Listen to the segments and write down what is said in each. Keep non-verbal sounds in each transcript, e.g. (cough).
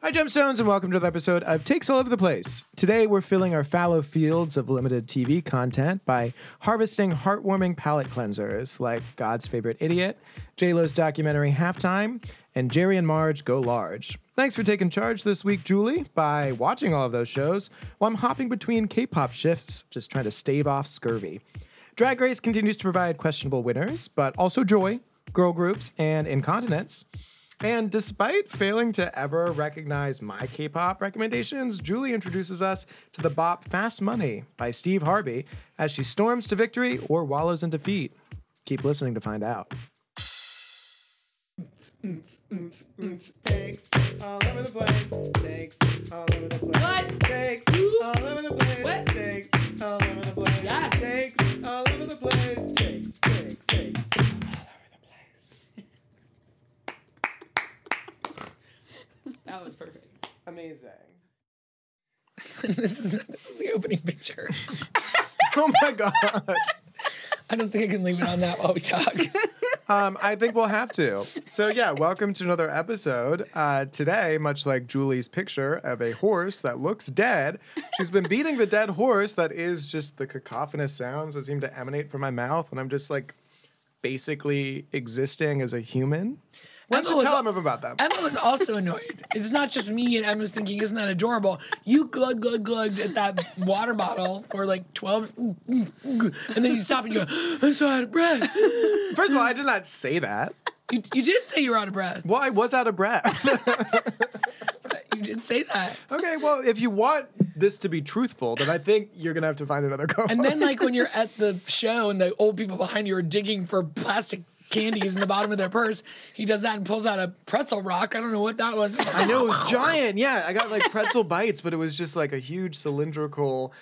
Hi, Gemstones, and welcome to another episode of Takes All Over the Place. Today, we're filling our fallow fields of limited TV content by harvesting heartwarming palate cleansers like God's Favorite Idiot, J-Lo's documentary Halftime, and Jerry and Marge Go Large. Thanks for taking charge this week, Julie, by watching all of those shows while I'm hopping between K-pop shifts, just trying to stave off scurvy. Drag Race continues to provide questionable winners, but also joy, girl groups, and incontinence. And despite failing to ever recognize my K pop recommendations, Julie introduces us to the bop Fast Money by Steve Harvey as she storms to victory or wallows in defeat. Keep listening to find out. (laughs) Thanks all over the place. Thanks all over the place. What? Thanks all over the place. What? Thanks all over the place. Yes. Thanks all over the place. Thanks, thanks, thanks. That was perfect. Amazing. (laughs) this, is, this is the opening picture. Oh my god. I don't think I can leave it on that while we talk. Um, I think we'll have to. So yeah, welcome to another episode. Uh, today, much like Julie's picture of a horse that looks dead, she's been beating the dead horse. That is just the cacophonous sounds that seem to emanate from my mouth, and I'm just like basically existing as a human. Why don't Emma you was- tell him about that? Emma was also annoyed. It's not just me and Emma's thinking, isn't that adorable? You glug, glug, glugged at that water bottle for like 12, and then you stop and you go, I'm so out of breath. First of all, I did not say that. You, you did say you were out of breath. Well, I was out of breath. (laughs) You did say that. okay, well, if you want this to be truthful, then I think you're gonna have to find another co-host. And then, like, when you're at the show and the old people behind you are digging for plastic candies in the bottom of their purse, he does that and pulls out a pretzel rock. I don't know what that was. I know it (laughs) was giant. Yeah, I got like pretzel bites, but it was just like a huge cylindrical,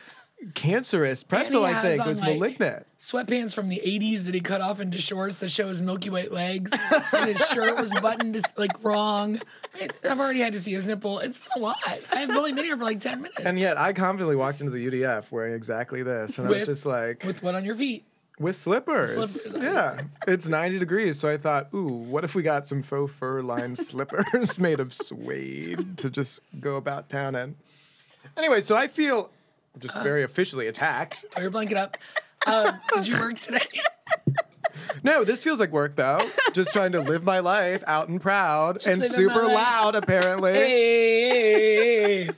cancerous pretzel. I has think it on, was like- malignant. sweatpants from the 80s that he cut off into shorts that show his milky white legs and his shirt was buttoned just, like wrong I- i've already had to see his nipple it's been a lot i've only been here for like 10 minutes And yet, I confidently walked into the UDF wearing exactly this, and I was With- just like, with, with what on your feet slippers. slippers on. yeah, it's ninety degrees, so I thought, ooh, what if we got some faux fur (laughs) lined slippers made of suede to just go about town in? Anyway, so I feel Uh. just very officially attacked. throw your blanket up um, did you work today No, this feels like work though. (laughs) Just trying to live my life out and proud and living super my life. loud, apparently. hey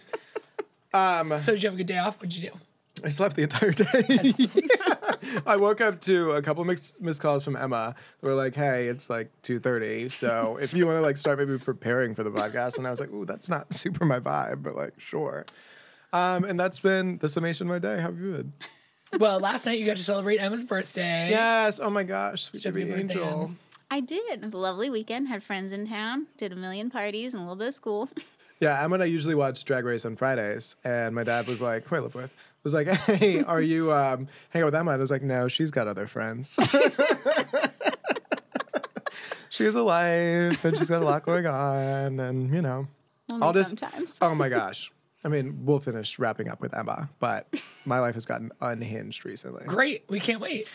um, so did you have a good day off what'd you do I slept the entire day. (laughs) I woke up to a couple mix, missed calls from Emma. They were like, "Hey, it's like 2:30, so if you want to like start maybe preparing for the podcast." And I was like, "Ooh, that's not (laughs) super my vibe, but like, sure." Um, and that's been the summation of my day. How have you been? well last night you got to celebrate emma's birthday Yes. Oh my gosh, sweet to Happy be birthday, angel. Em. I did. It was a lovely weekend. Had friends in town. Did a million parties and a little bit of school. (laughs) Yeah, Emma and I usually watch Drag Race on Fridays, and my dad was like, "Who I live with." Was like, (laughs) hey, are you um, hanging out with Emma? And I was like, no, she's got other friends. (laughs) she has a life and she's got a lot going on, and you know, Only I'll just- sometimes. oh my gosh. I mean, we'll finish wrapping up with Emma, but my life has gotten unhinged recently. great we can't wait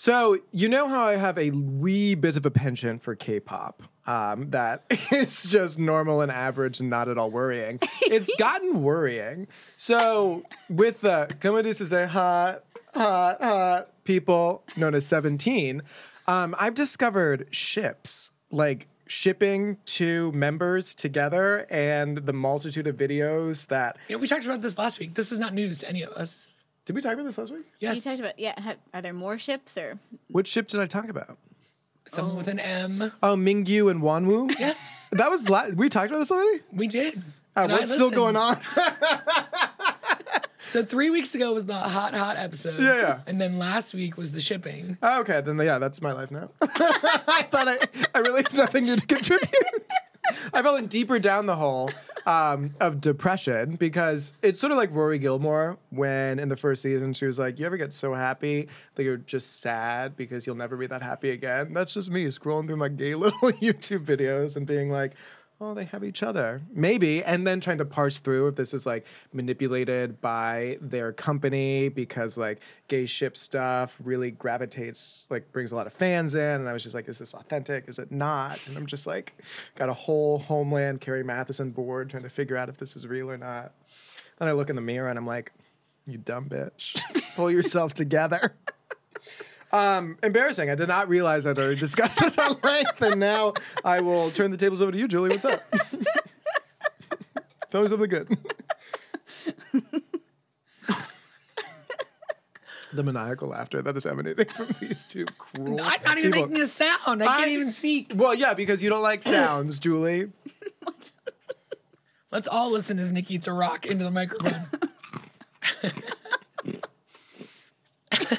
So you know how I have a wee bit of a penchant for K-pop um, that (laughs) is just normal and average and not at all worrying. It's gotten worrying. So with the Komadis is a hot, hot, hot people known as Seventeen, um, I've discovered ships like shipping two members together and the multitude of videos that yeah, we talked about this last week this is not news to any of us did we talk about this last week? You yes talked about yeah. Have, are there more ships or Which ship did I talk about? someone with an m Oh, Mingyu and Wanwoo. yes That was la- we talked about this already. We did. Uh, And I what's still listened. going on? So three weeks ago was the hot hot episode. Yeah, yeah. And then last week was the shipping. Oh, okay, then yeah, that's my life now. (laughs) I thought I, I really have nothing new to contribute. (laughs) I've fallen deeper down the hole um, of depression because it's sort of like Rory Gilmore when in the first season she was like, "You ever get so happy that you're just sad because (laughs) you'll never be that happy again?" That's just me scrolling through my gay little YouTube videos and being like. oh, they have each other. Maybe. And then trying to parse through if this is like manipulated by their company because like gay ship stuff really gravitates, like brings a lot of fans in. And I was just like, is this authentic? Is it not? And I'm just like, got a whole homeland Carrie Matheson board trying to figure out if this is real or not. Then I look in the mirror and I'm like, you dumb bitch. (laughs) Pull yourself together. (laughs) Um, embarrassing. I did not realize I'd already discussed this at length, and now I will turn the tables over to you, Julie. What's up? Tell me something good. (laughs) the maniacal laughter that is emanating from these two cruel. I'm not even people. making a sound. I can't I- even speak. Well, yeah, because you don't like sounds, Julie. Let's all listen as Nick eats a rock into the microphone. (laughs)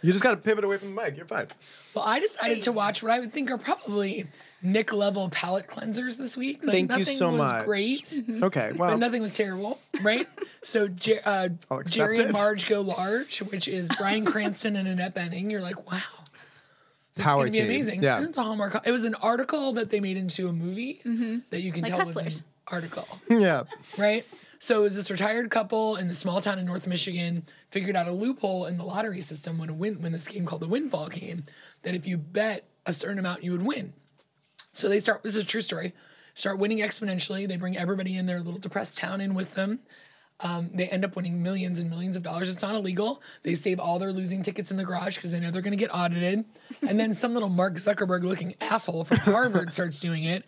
You just got to pivot away from the mic. You're fine. well, I decided to watch what I would think are probably Nick level palate cleansers this week. Like, Thank you nothing so was much. Great. Okay. Well, But nothing was terrible, right? so Jer- uh, Um, I'll accept Jerry and it. Marge go large, which is Brian Cranston and Annette Benning. You're like, wow, power it's team. gonna be amazing. Yeah. And it's a Hallmark. It was an article that they made into a movie that you can Mm-hmm. Like tell was Hustlers. an article Yeah. right? So it was this retired couple in the small town in North Michigan figured out a loophole in the lottery system when a win when this game called the windfall game that if you bet a certain amount you would win. So they start this is a true story. Start winning exponentially. They bring everybody in their little depressed town in with them. Um, they end up winning millions and millions of dollars. It's not illegal. They save all their losing tickets in the garage because they know they're going to get audited. And then some little Mark Zuckerberg looking asshole from Harvard starts doing it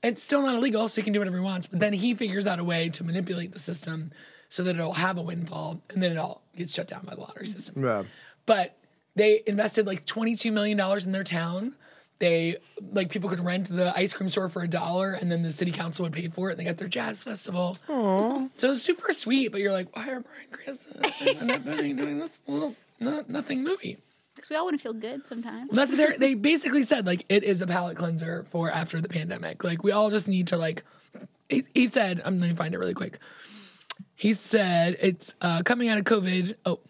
it's still not illegal, so he can do whatever he wants. But then he figures out a way to manipulate the system so that it'll have a windfall and then it all gets shut down by the lottery system. Yeah. But they invested like $22 million in their town. They like people could rent the ice cream store for a dollar and then the city council would pay for it and they got their jazz festival. So it's super sweet, but you're like, why are Brian Cranston and Annette Bening doing this little no, nothing movie? Because we all want to feel good sometimes. That's their. They basically said like it is a palate cleanser for after the pandemic. Like we all just need to like. He, he said, I'm gonna find it really quick. He said it's uh, coming out of COVID. Oh,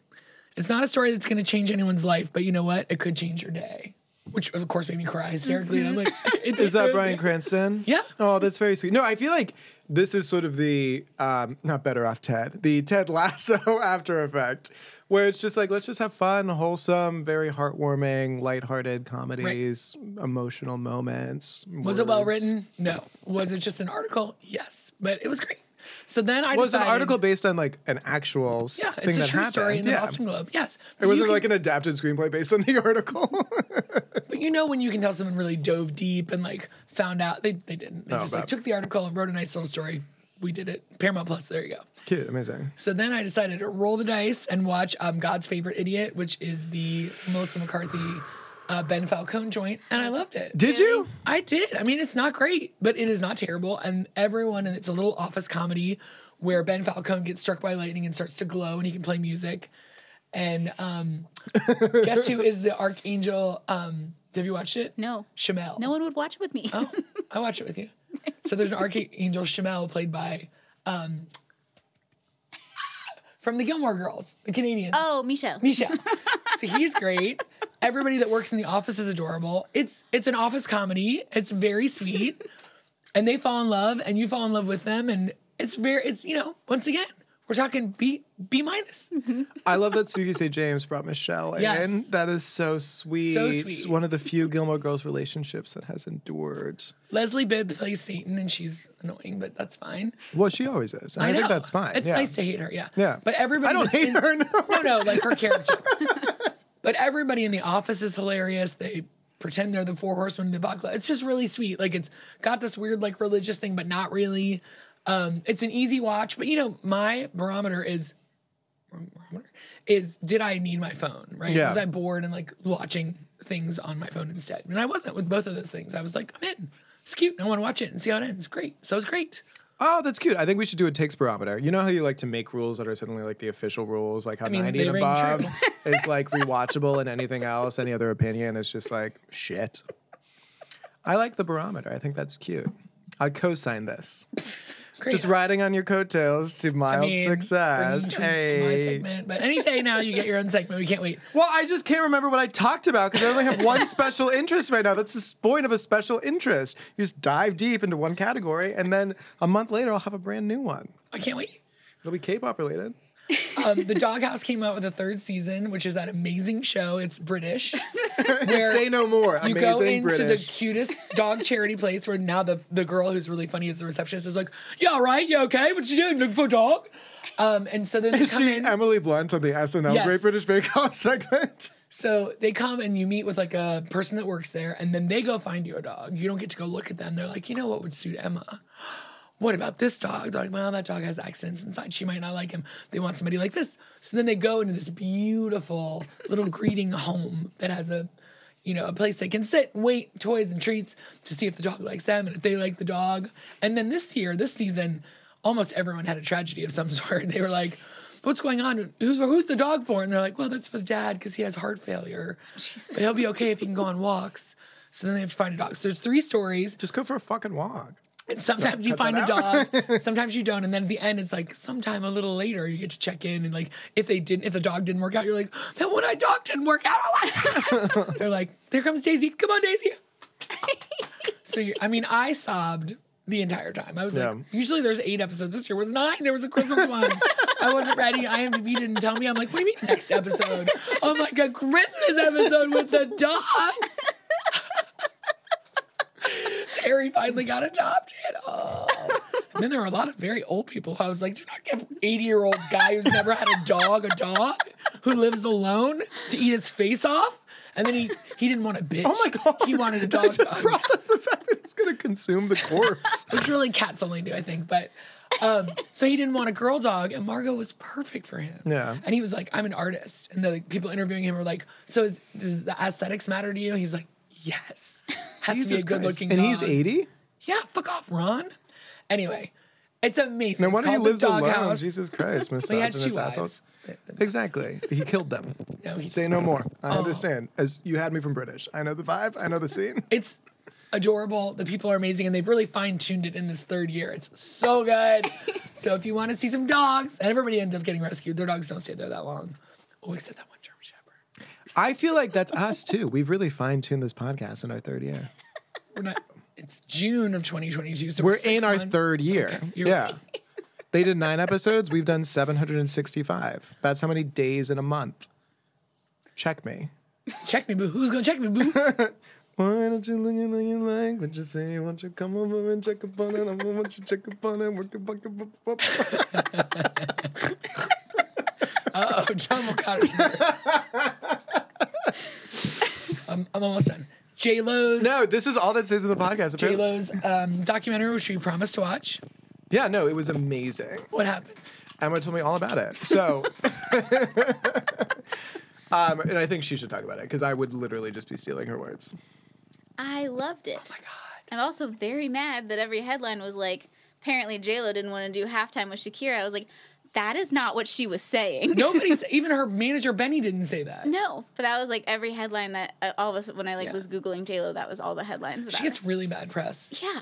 it's not a story that's gonna change anyone's life, but you know what? It could change your day, which of course made me cry hysterically. And I'm like, (laughs) it Mm-hmm. Is that did. Brian Cranston? Yeah. Oh, that's very sweet. No, I feel like this is sort of the um, not better off Ted, the Ted Lasso (laughs) after effect, where it's just like let's just have fun, wholesome, very heartwarming, lighthearted comedies, emotional moments. Was it well written? No. Was it just an article? Yes, but it was great. So then I Was an decided, article based on like an actual s- Yeah, thing it's a that true happened? story in the yeah. Boston Globe. Yes, It wasn't like an adapted screenplay based on the (laughs) article. But you know when you can tell someone really dove deep and like found out they, they didn't. They Oh, just like but- took the article and wrote a nice little story. We did it. Paramount Plus, there you go. Cute, amazing. So then I decided to roll the dice and watch um, God's Favorite Idiot, which is the Melissa McCarthy, uh, Ben Falcone joint, and I loved it. Did you? I did. I mean, it's not great, but it is not terrible. And everyone, and it's a little office comedy where Ben Falcone gets struck by lightning and starts to glow, and he can play music. And um, (laughs) guess who is the archangel? Um, have you watched it? No. Shamel. No one would watch it with me. Oh. (laughs) I watch it with you. So there's an archangel Shamel played by um, from the Gilmore Girls, the Canadian. (laughs) Oh, Michelle. Michelle. so he's great. Everybody that works in the office is adorable. It's it's an office comedy. It's very sweet. And they fall in love and you fall in love with them and it's very it's you know, once again, we're talking B B minus. I love that Suki St. James brought Michelle Yes. in. That is so sweet. sweet. One of the few Gilmore Girls relationships that has endured. Leslie Bibb plays Satan and she's annoying, but that's fine. Well, she always is. And I, know. think that's fine. It's yeah. nice to hate her, yeah. Yeah. But everybody I don't that's hate in- her. No. no, no, like her character. but everybody in the office is hilarious. They pretend they're the four horsemen of the Bacala. It's just really sweet. Like it's got this weird like religious thing, but not really. Um, it's an easy watch, but you know, my barometer is barometer is did I need my phone? Right? Yeah. Was I bored and like watching things on my phone instead? And I wasn't with both of those things. I was like, I'm in. It's cute. I want to watch it and see how it ends. Great. So it's great. Oh, that's cute. I think we should do a takes barometer. You know how you like to make rules that are suddenly like the official rules, like how mean, 90 they and ring above true. is like rewatchable and anything else, any other opinion is just like shit. I like the barometer. I think that's cute. I co-sign this. Great. Just riding on your coattails to mild I mean, success. bringing tweets to my Hey. segment, but any day now you get your own segment. We can't wait. Well, I just can't remember what I talked about because I only have (laughs) one special interest right now. That's the point of a special interest. You just dive deep into one category, and then a month later, I'll have a brand new one. I can't wait. It'll be K-pop related. Um, the Doghouse came out with a third season, which is that amazing show. (laughs) It's British. Where Say no more. you Amazing go into British. the cutest dog charity place where now the the girl who's really funny is the receptionist is like, "Yeah, all right, you okay? What you doing? Looking for a dog?" Um, and so then they Is come she in. Emily Blunt on the SNL Yes. Great British Bake Off (laughs) segment? So they come and you meet with like a person that works there, and then they go find you a dog. You don't get to go look at them. They're like, you know what would suit Emma? What about this dog? They're like, well, that dog has accidents inside. She might not like him. They want somebody like this. So then they go into this beautiful little greeting home that has a, you know, a place they can sit, and wait, toys and treats to see if the dog likes them and if they like the dog. And then this year, this season, almost everyone had a tragedy of some (laughs) sort. They were like, what's going on? Who, who's the dog for? And they're like, well, that's for the dad because he has heart failure. But he'll be okay if he can go on walks. So then they have to find a dog. So there's three stories. Just go for a fucking walk. (laughs) And sometimes you cut find a that (laughs) dog, sometimes you don't. And then at the end, it's like sometime a little later, you get to check in. And like, if they didn't, if the dog didn't work out, you're like, that one I dog didn't work out. Oh my God. (laughs) They're like, there comes Daisy. Come on, Daisy. so, you, I mean, I sobbed the entire time. I was Yeah. like, usually there's eight episodes. This year was nine. There was a Christmas one. I wasn't ready. IMDb didn't tell me. I'm like, what do you mean next episode? I'm like, a Christmas episode with the dogs. Harry finally got adopted. Oh. And then there were a lot of very old people. who I was like, do not give 80 year old guy who's never had a dog a dog who lives alone to eat his face off. And then he, he didn't want a bitch. Oh my god! He wanted a (laughs) I dog. just dog. process the fact that he's gonna consume the (laughs) corpse. It's really cats only do, I think. But um, so he didn't want a girl dog, and Margot was perfect for him. Yeah. And he was like, "I'm an artist," and the like, people interviewing him were like, "So is, does the aesthetics matter to you?" He's like, "Yes." Has to be a Jesus good Christ. looking. and he's dog. eighty. Yeah, fuck off, Ron. Anyway, it's amazing. Then It's why do you called The live alone? Doghouse. Jesus (laughs) Christ, He had two misogynist assholes. wives. Exactly. He killed (laughs) them. No, he- Say no more. I understand. As you had me from British. I know the vibe. I know the scene. It's adorable. The people are amazing, and they've really fine tuned it in this third year. It's so good. (laughs) so if you want to see some dogs, and everybody ends up getting rescued. Their dogs don't stay there that long. Oh, except that one German Shepherd. (laughs) I feel like that's us too. We've really fine tuned this podcast in our third year. We're not. (laughs) It's June of 2022, so We're six in our months- third year. you're yeah. (laughs) They did nine episodes. We've done 765. That's how many days in a month. Check me. Check me, boo. Who's gonna check (laughs) me, boo? Why don't you look at you like what you say? Won't you come over and check upon it? I want you to check upon it. Work a buck a buck- buck- buck. Uh oh, (laughs) John McCotter's I'm, I'm almost done. J Lo's. No, this is all that says in the podcast. J apparently. Lo's um, documentary, which we promised to watch. Yeah, no, it was amazing. What happened? Emma told me all about it. So, (laughs) um, and I think she should talk about it because I would literally just be stealing her words. I loved it. Oh I'm also very mad that every headline was like, apparently JLo didn't want to do halftime with Shakira. I was like, that is not what she was saying. (laughs) (laughs) Nobody's even her manager Benny didn't say that. No, but that was like every headline that uh, all of us when I like Yeah. was googling J Lo, that was all the headlines. About She gets really bad press. her. yeah,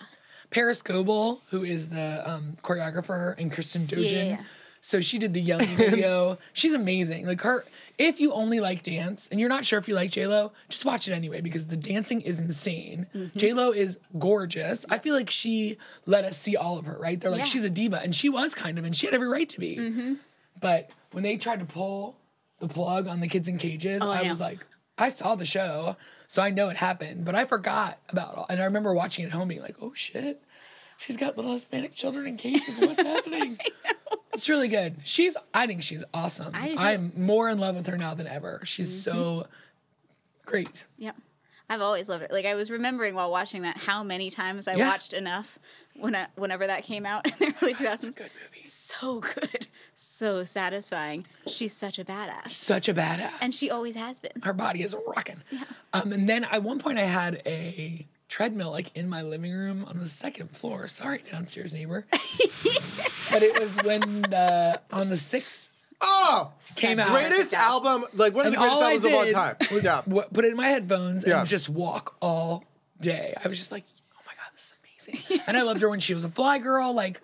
Paris Goebel, who is the um, choreographer, and Kristen Dogen. yeah, yeah. So she did the yelling (laughs) video. She's amazing. Like her, if you only like dance and you're not sure if you like J Lo, just watch it anyway because the dancing is insane. Mm-hmm. J Lo is gorgeous. I feel like she let us see all of her. Right? They're like Yeah. she's a diva, and she was kind of, and she had every right to be. But when they tried to pull the plug on the kids in cages, I I, know. was like, I saw the show, so I know it happened, but I forgot about all. And I remember watching it at home being like, oh shit, she's got little Hispanic children in cages. What's (laughs) happening? It's really good. She's, I think she's awesome. I do too. Mm-hmm. I'm more in love with her now than ever. She's so great. yep. I've always loved it. Like I was remembering while watching that how many times I Yeah. watched enough when I, whenever that came out in (laughs) the early 2000s. Good movie. So good, so satisfying. She's such a badass, Such a badass. and she always has been. her body is rocking. Um, and then at one point I had a treadmill like in my living room on the second floor. Sorry, downstairs neighbor. but it was when uh, on the sixth Oh, came out. greatest album, like one of the And greatest all I albums of all did time. was Yeah. wa- put it in my headphones Yeah. and just walk all day. I was just like, oh my god, this is amazing. sexy. And I loved her when she was a fly girl. Like,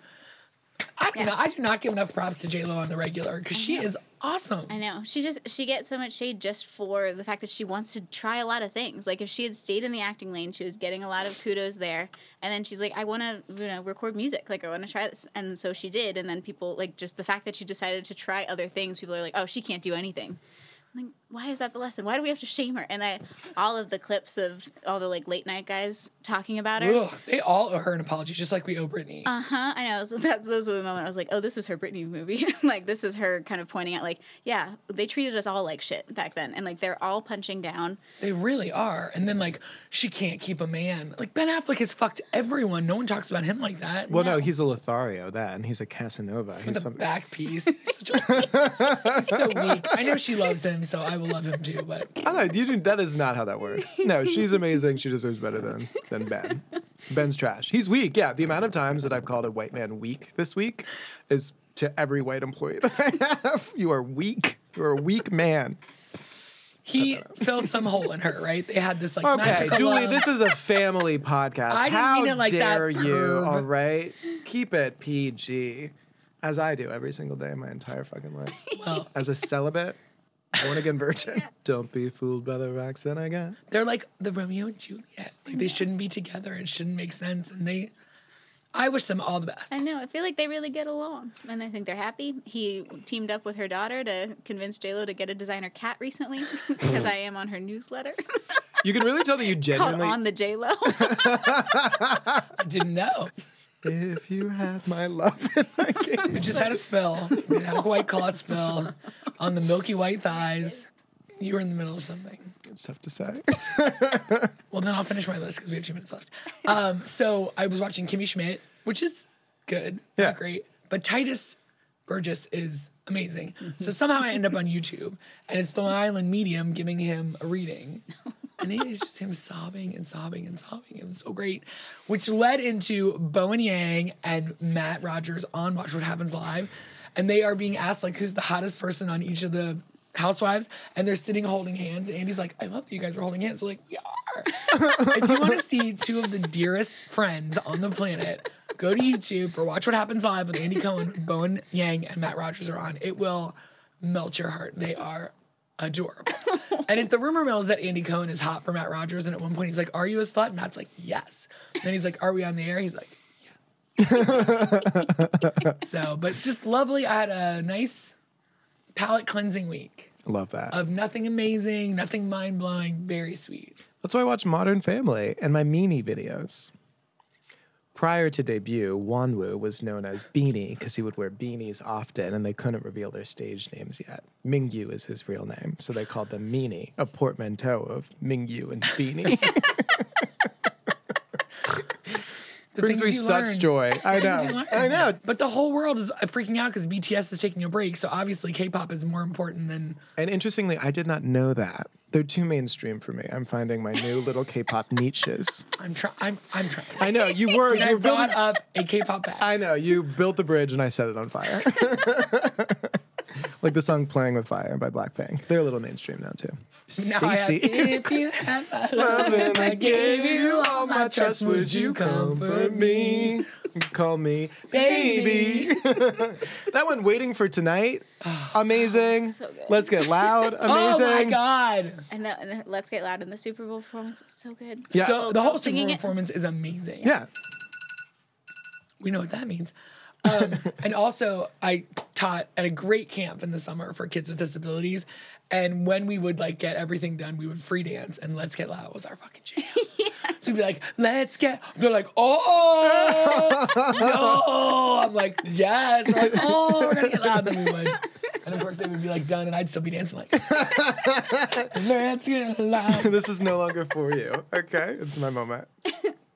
I don't know. I do not give enough props to J Lo on the regular because she is awesome. I know. She just she gets so much shade just for the fact that she wants to try a lot of things. Like if she had stayed in the acting lane, she was getting a lot of kudos there. And then she's like, I want to, you know, record music. Like I want to try this. And so she did. And then people like just the fact that she decided to try other things. People are like, oh, she can't do anything. I'm like, why is that the lesson? Why do we have to shame her? And I, all of the clips of all the like late night guys talking about her. Ugh, they all owe her an apology, just like we owe Britney. Uh huh. I know. So (laughs) that's those were the moment I was like, oh, this is her Britney movie. (laughs) like this is her kind of pointing out, like, yeah, they treated us all like shit back then, and like they're all punching down. They really are. And then like she can't keep a man. Like Ben Affleck has fucked everyone. No one talks about him like that. Well, no, he's a Lothario then. He's a Casanova. the He's (laughs) some, back piece. He's, such a- he's so weak. I know she loves him, so I will love him too. But I don't know. You didn't, that is not how that works. No, she's amazing. She deserves better than than Ben. Ben's trash. He's weak. Yeah, the amount of times that I've called a white man weak this week is to every white employee that I have. You are weak. You're a weak man. he filled some hole in her, right? They had this like Okay, magical um, Julie, love. this is a (laughs) family podcast. I didn't How mean it like that, dare you? perv. All right, keep it PG, as I do every single day of my entire fucking life. (laughs) Well, As a celibate, born again virgin. Don't be fooled by the rocks that I got. they're like the Romeo and Juliet. Like they shouldn't be together. It shouldn't make sense. And they, I wish them all the best. I know. I feel like they really get along, and I think they're happy. He teamed up with her daughter to convince J Lo to get a designer cat recently, (laughs) because I am on her newsletter (laughs) You can really tell that you called genuinely. "On the J Lo." I didn't (laughs) know. if you had my love (laughs) in my We case. just had a spill. We had a white claw (laughs) spill on the milky white thighs. You were in the middle of something. It's tough to say. Well, then I'll finish my list because we have two minutes left. Um, so I was watching Kimmy Schmidt, which is good, Yeah. not great, but Titus Burgess is amazing. So somehow I end up on YouTube, and it's the Long Island Medium giving him a reading, and it is just him sobbing and sobbing and sobbing. It was so great, which led into Bowen Yang and Matt Rogers on Watch What Happens Live, and they are being asked like who's the hottest person on each of the housewives and they're sitting holding hands and Andy's like I love that you guys are holding hands We're like we are if you want to see two of the dearest friends on the planet, go to YouTube for Watch What Happens Live with Andy Cohen, Bowen Yang, and Matt Rogers are on. It will melt your heart. They are adorable. and if the rumor mill is that Andy Cohen is hot for Matt Rogers, and at one point he's like, Are you a slut? And Matt's like, Yes. And then he's like, Are we on the air? He's like, Yes. so, but just lovely. I had a nice palate cleansing week Love that. of nothing amazing, nothing mind blowing, very sweet. That's why I watch Modern Family and my Meanie videos. Prior to debut, Wanwu was known as Beanie because he would wear beanies often and they couldn't reveal their stage names yet. Mingyu is his real name, so they called them Meanie, a portmanteau of Mingyu and Beanie. (laughs) The Brings me things you such learn. joy. I know. learn. I know. But the whole world is uh, freaking out because BTS is taking a break. So obviously, K-pop is more important than And interestingly, I did not know that. They're too mainstream for me. I'm finding my new little K pop niches. I'm trying. I'm I'm trying. I know. You were, And you I were building brought up (laughs) a K-pop act. I know you built the bridge and I set it on (laughs) fire. like the song "Playing with Fire" by Blackpink. They're a little mainstream now too. Now I have, Stacy is if you have my (laughs) love, loving. and I gave you all my trust. Would you comfort comfort me, me? Call me baby? baby. (laughs) that one, "Waiting for Tonight," amazing. So good. Let's get loud. Amazing. (laughs) Oh my god! (laughs) and, the, and the- let's get loud in the Super Bowl performance was so good. Yeah. So the whole Super Singing Bowl it- performance is amazing. Yeah. (laughs) we know what that means. (laughs) Um, and also, I taught at a great camp in the summer for kids with disabilities. And when we would like get everything done, we would free dance, and "Let's Get Loud" was our fucking (laughs) jam. So we'd be like, "Let's get," they're like, "Oh (laughs) no!" I'm like, "Yes!" They're like, "Oh, we're gonna get loud." Then we would, and of course they would be like done, and I'd still be dancing like, (laughs) "Let's get loud." This is no longer for you. Okay, it's my moment.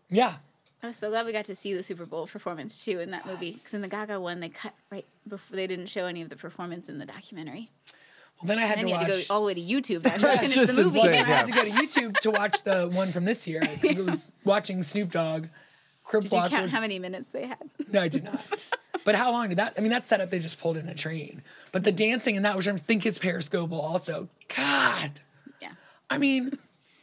Yeah, I was so glad we got to see the Super Bowl performance too in that movie. Because in the Gaga one, they cut right before they didn't show any of the performance in the documentary. well, then I had And to you had watch. to go all the way to (laughs) YouTube to actually That's finish just the movie. insane, Well, then I yeah. had to go to YouTube to watch the one from this year. 'cause (laughs) It was watching Snoop Dogg. Crip Did you Walk count was- how many minutes they had? (laughs) No, I did not. But how long did that? I mean, that setup they just pulled in a train. But the dancing in that, which I think is Periscopal also. God, Yeah. I mean,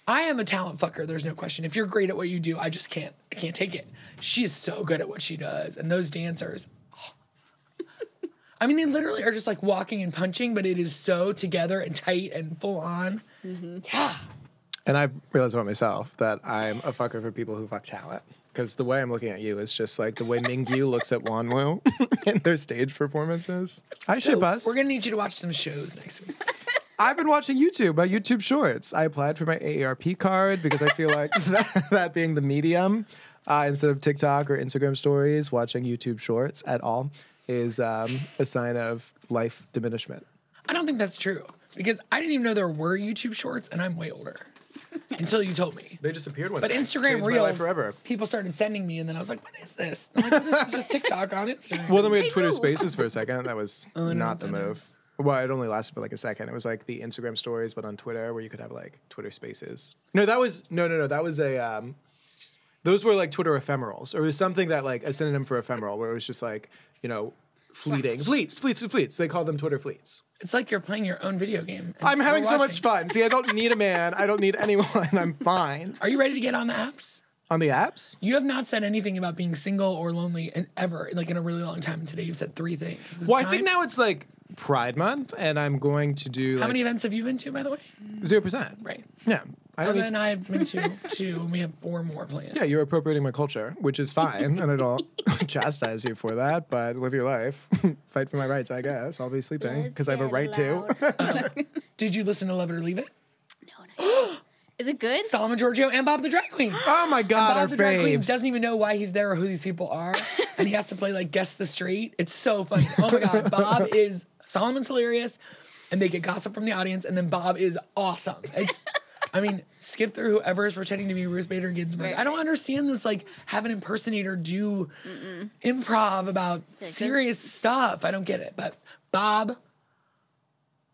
I am a talent fucker. There's no question. If you're great at what you do, I just can't. I can't take it. She is so good at what she does, and those dancers. I mean, they literally are just like walking and punching, but it is so together and tight and full on. Yeah. And I've realized about myself that I'm a fucker for people who fuck talent. Because the way I'm looking at you is just like the way Mingyu looks at Wanwoo (laughs) in their stage performances. I So should bust. We're gonna need you to watch some shows next week. I've been watching YouTube, uh, YouTube Shorts. I applied for my AARP card because I feel like (laughs) that, that being the medium uh, instead of TikTok or Instagram stories, watching YouTube Shorts at all is um, a sign of life diminishment. I don't think that's true because I didn't even know there were YouTube Shorts, and I'm (laughs) way older. Until you told me. They just appeared one But Instagram Reels, people started sending me, and then I was like, "What is this?" I'm like, this is just TikTok on Instagram. Well, then we had Twitter know. Spaces for a second. That (laughs) was don't know not what the Oh, that move. is. Well, it only lasted for like a second. It was like the Instagram stories, but on Twitter, where you could have like Twitter Spaces. No, that was no, no, no. That was a. Um, those were like Twitter ephemerals, or it was something that like a synonym for ephemeral, where it was just like you know, fleeting fleets, fleets, fleets. They call them Twitter fleets. it's like you're playing your own video game. and I'm we're having so much watching. fun. See, I don't need a man. I don't need anyone. I'm fine Are you ready to get on the apps? on the apps. You have not said anything about being single or lonely, and ever like in a really long time. And today you've said three things. Is it Well, I time? think now it's like Pride Month, and I'm going to do How like many events have you been to, by the way? zero percent. Right. Yeah, I don't Ella need to- and I have been to two, and we have four more planned. Yeah, you're appropriating my culture, which is fine, and I (laughs) don't chastise you for that. But live your life, (laughs) fight for my rights, I guess. I'll be sleeping because I have a right to. Did you listen to Love It or Leave It? Is it good? Solomon Giorgio and Bob the Drag Queen. Oh my God, our (gasps) Bob the drag queen faves. doesn't even know why he's there or who these people are, and he has to play like guess the street. It's so funny. Oh my god, Bob is Solomon's hilarious, and they get gossip from the audience, and then Bob is awesome. It's, I mean, skip through whoever is pretending to be Ruth Bader Ginsburg. Right, I don't right. understand this like have an impersonator do improv about serious stuff. I don't get it, but Bob.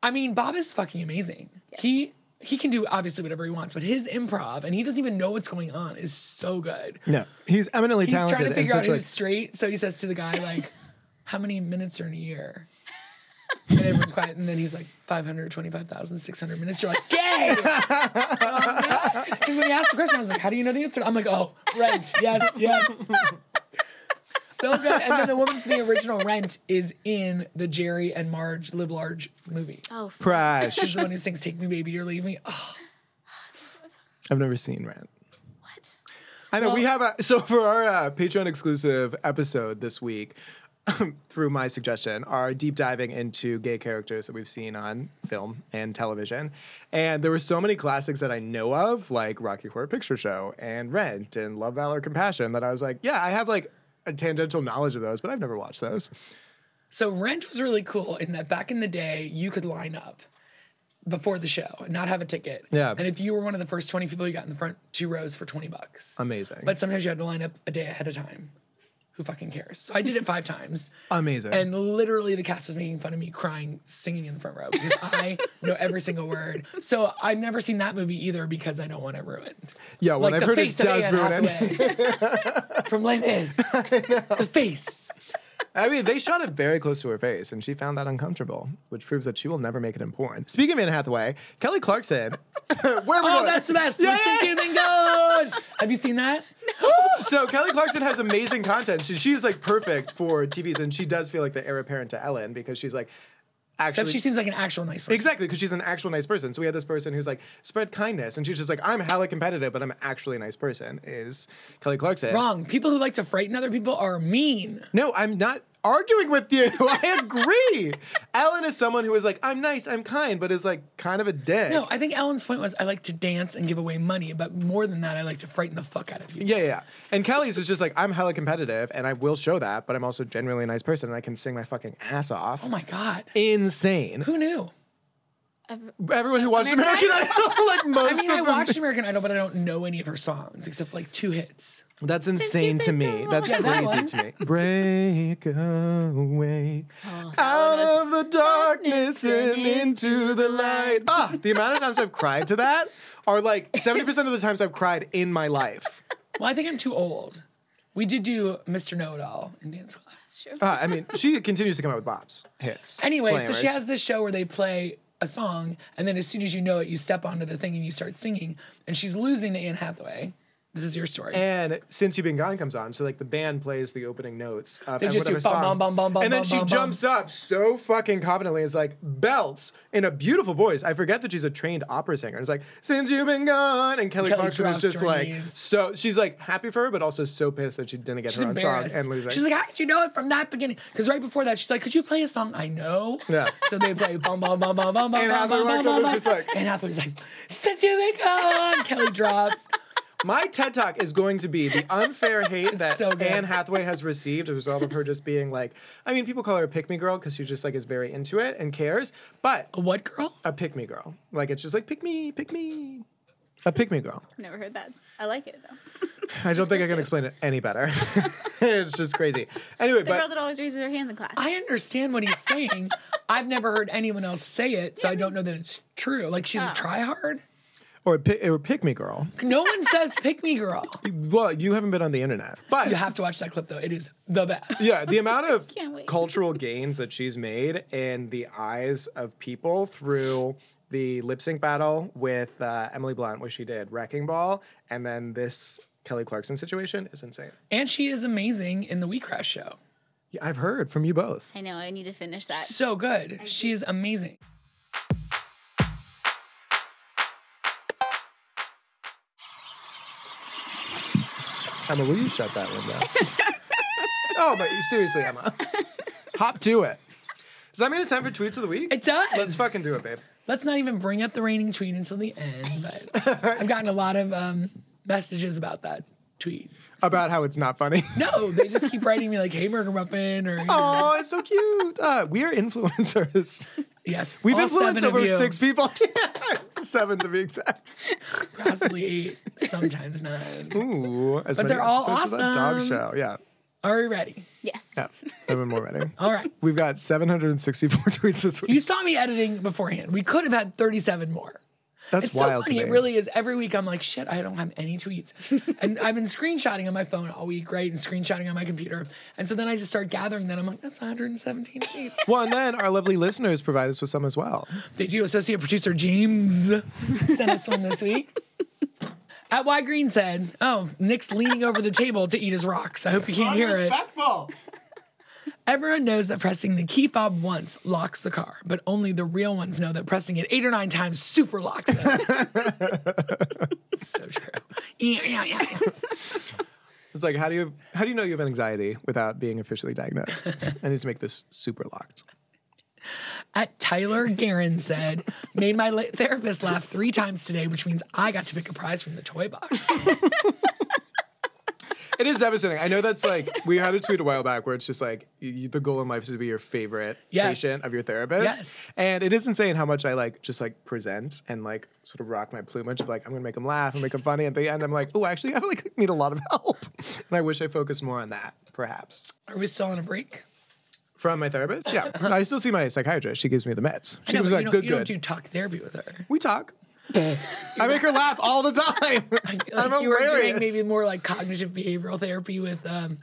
I mean, Bob is fucking amazing. He he can do obviously whatever he wants, but his improv and he doesn't even know what's going on is so good. No, he's eminently He's talented trying to and figure out such who's like straight, so he says to the guy like, (laughs) "How many minutes are in a year?" And everyone's quiet, and then he's like, 525,600 minutes. You're like, gay! (laughs) Because when he asked the question, I was like, how do you know the answer? I'm like, oh, rent. Yes, yes. (laughs) so good. And then the woman from the original Rent is in the Jerry and Marge Live Large movie. Oh, f- She's Crash. the one who sings "Take Me, Baby, or Leave Me." Oh, I've never seen Rent. what? I know we have a so for our uh, Patreon exclusive episode this week. um, through my suggestion, are deep diving into gay characters that we've seen on film and television. And there were so many classics that I know of, like Rocky Horror Picture Show and Rent and Love, Valor, Compassion, that I was like, yeah, I have like a tangential knowledge of those, but I've never watched those. so Rent was really cool in that back in the day, you could line up before the show and not have a ticket. Yeah. And if you were one of the first twenty people, you got in the front two rows for twenty bucks. Amazing. But sometimes you had to line up a day ahead of time. Who fucking cares? So I did it five times. Amazing. And literally, the cast was making fun of me crying, singing in the front row because I know every single word. So I've never seen that movie either because I don't want it ruined. yeah, when like I've the heard it face of does Anne ruin it. Hathaway (laughs) from (laughs) Les Mis. The face. I mean, they shot it very close to her face, and she found that uncomfortable, which proves that she will never make it in porn. Speaking of Anne Hathaway, Kelly Clarkson. (laughs) Where are we Oh, going? that's the best. Yeah, We're yeah, sinking (laughs) and going. Have you seen that? So Kelly Clarkson has amazing content. She, she's like perfect for TVs, and she does feel like the heir apparent to Ellen because she's like Except actually she seems like an actual nice person. exactly because she's an actual nice person. So we had this person who's like spread kindness, and she's just like I'm hella competitive, but I'm actually a nice person. Is Kelly Clarkson Wrong. People who like to frighten other people are mean. No, I'm not arguing with you. (laughs) I agree. Ellen is someone who is like I'm nice, I'm kind, but is like kind of a dick. No, I think Ellen's point was I like to dance and give away money, but more than that, I like to frighten the fuck out of you. Yeah, yeah, yeah. And Kelly's is just like I'm hella competitive, and I will show that, but I'm also generally a nice person, and I can sing my fucking ass off. Oh my God. Insane. Who knew? I've- Everyone who watched American American Idol, (laughs) like most I mean, of I them. watched American Idol, but I don't know any of her songs except like two hits. That's you've insane to been me. gone. That's Yeah, that crazy one. to me. Break away out was of the darkness darkness and and into the light. Ah, the amount of times I've cried to that are like 70% of the times I've cried in my life. Well, I think I'm too old. We did do Mr. Know It All in dance class. Ah, I mean, she continues to come out with bops, hits. Anyway, so slangers. she has this show where they play a song, and then as soon as you know it, you step onto the thing and you start singing, and she's losing to Anne Hathaway. This is your story. And since you've been gone comes on, so like the band plays the opening notes of They and just do whatever song, bum, bum, bum, bum, bum, and then bum, she bum, bum. jumps up so fucking confidently. and Is like belts in a beautiful voice. I forget that she's a trained opera singer. It's like since you've been gone, and Kelly, Kelly Clarkson is drops just her like knees. so. She's like happy for her, but also so pissed that she didn't get she's her own song embarrassed. and losing. She's like, how did you know it from that beginning? Because right before that, she's like, could you play a song I know? Yeah. So they play bum bum bum bum bum bum. Anne bum, Hathaway bum, walks bum, up and bum, just bum. like- Anne Hathaway's like, since you've been gone, Kelly drops. My TED Talk is going to be (laughs) the unfair hate that so good. Anne Hathaway has received as a result of her just being like, I mean, people call her a pick me girl because she just like is very into it and cares, but What girl? a pick me girl. Like it's just like pick me, pick me. A pick me girl. Never heard that. I like it though. I don't think I can explain it any better. (laughs) it's just crazy. Anyway, The girl but that always raises her hands in class. I understand what he's saying. I've never heard anyone else say it, so I don't know that it's true. Like she's a tryhard. or pick, or pick me girl. No one says "pick me, girl." Well, you haven't been on the internet, but You have to watch that clip though. It is the best. yeah, the amount of (laughs) Can't wait. cultural gains that she's made in the eyes of people through the lip sync battle with uh, Emily Blunt, where she did Wrecking Ball, and then this Kelly Clarkson situation is insane. And she is amazing in the We Crash show. Yeah, I've heard from you both. I know. I need to finish that. So good. She is amazing. Emma, will you shut that window? (laughs) oh, but you seriously, Emma, hop to it. Does that mean it's time for tweets of the week? It does. Let's fucking do it, babe. Let's not even bring up the reigning tweet until the (laughs) end. But I've gotten a lot of um, messages about that tweet. About how it's not (laughs) funny. No, they just keep writing me like, "Hey, Burger Muffin," or oh, it's so cute. Uh, we are influencers. yes, We've all seven influenced of over you. six people. (laughs) seven to be exact. (laughs) possibly eight, sometimes nine. Ooh, as But many they're all episodes of that dog awesome. show. Yeah. Are we ready? Yes. Yeah. Never more ready. All right. We've got 764 (laughs) tweets this week. You saw me editing beforehand. We could have had 37 more. That's It's so wild funny. to It me. really is. Every week I'm like, shit, I don't have (laughs) any tweets. and I've been screenshotting on my phone all week, right? And screenshotting on my computer. And so then I just start gathering them. I'm like, that's 117 (laughs) tweets. well, and then our lovely listeners provide us with some as well. they do. Associate producer James sent us one this week. At Y Green said, oh, Nick's leaning over the table to eat his rocks. I hope you can't hear it. Respectful. Everyone knows that pressing the key fob once locks the car, but only the real ones know that pressing it eight or nine times super locks it. (laughs) so true. Yeah, yeah, yeah. It's like how do you how do you know you have anxiety without being officially diagnosed? (laughs) I need to make this super locked. At Tyler Guerin said, made my la- therapist laugh three times today, which means I got to pick a prize from the toy box. It is devastating. I know that's like we had a tweet a while back where it's just like you, the goal in life is to be your favorite Yes. patient of your therapist. Yes. And it is insane how much I like just like present and like sort of rock my plumage of like I'm gonna make them laugh and make them funny. And at the end, I'm like, oh, actually, I like need a lot of help. And I wish I focused more on that, perhaps. Are we still on a break? From my therapist, (laughs) yeah, I still see my psychiatrist. She gives me the meds. I She know, was but like, you, don't, good, you good. don't do talk therapy with her. we talk. I make her laugh all the time. (laughs) Like I'm you were doing hilarious. maybe more like cognitive behavioral therapy with um,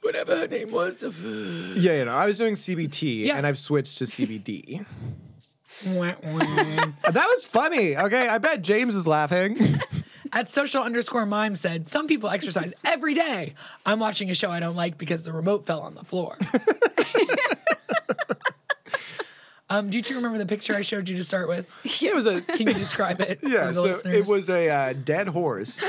whatever her name was. Yeah, you know, I was doing CBT Yeah. and I've switched to CBD. Wah, wah. Uh, that was funny. Okay, I bet James is (laughs) laughing. At social underscore mime said, Some people exercise every day. I'm watching a show I don't like because the remote fell on the floor. (laughs) um, do you two remember the picture I showed you to start with? It was a Can you describe it? for (laughs) yeah. the So it listeners? was a uh, dead horse.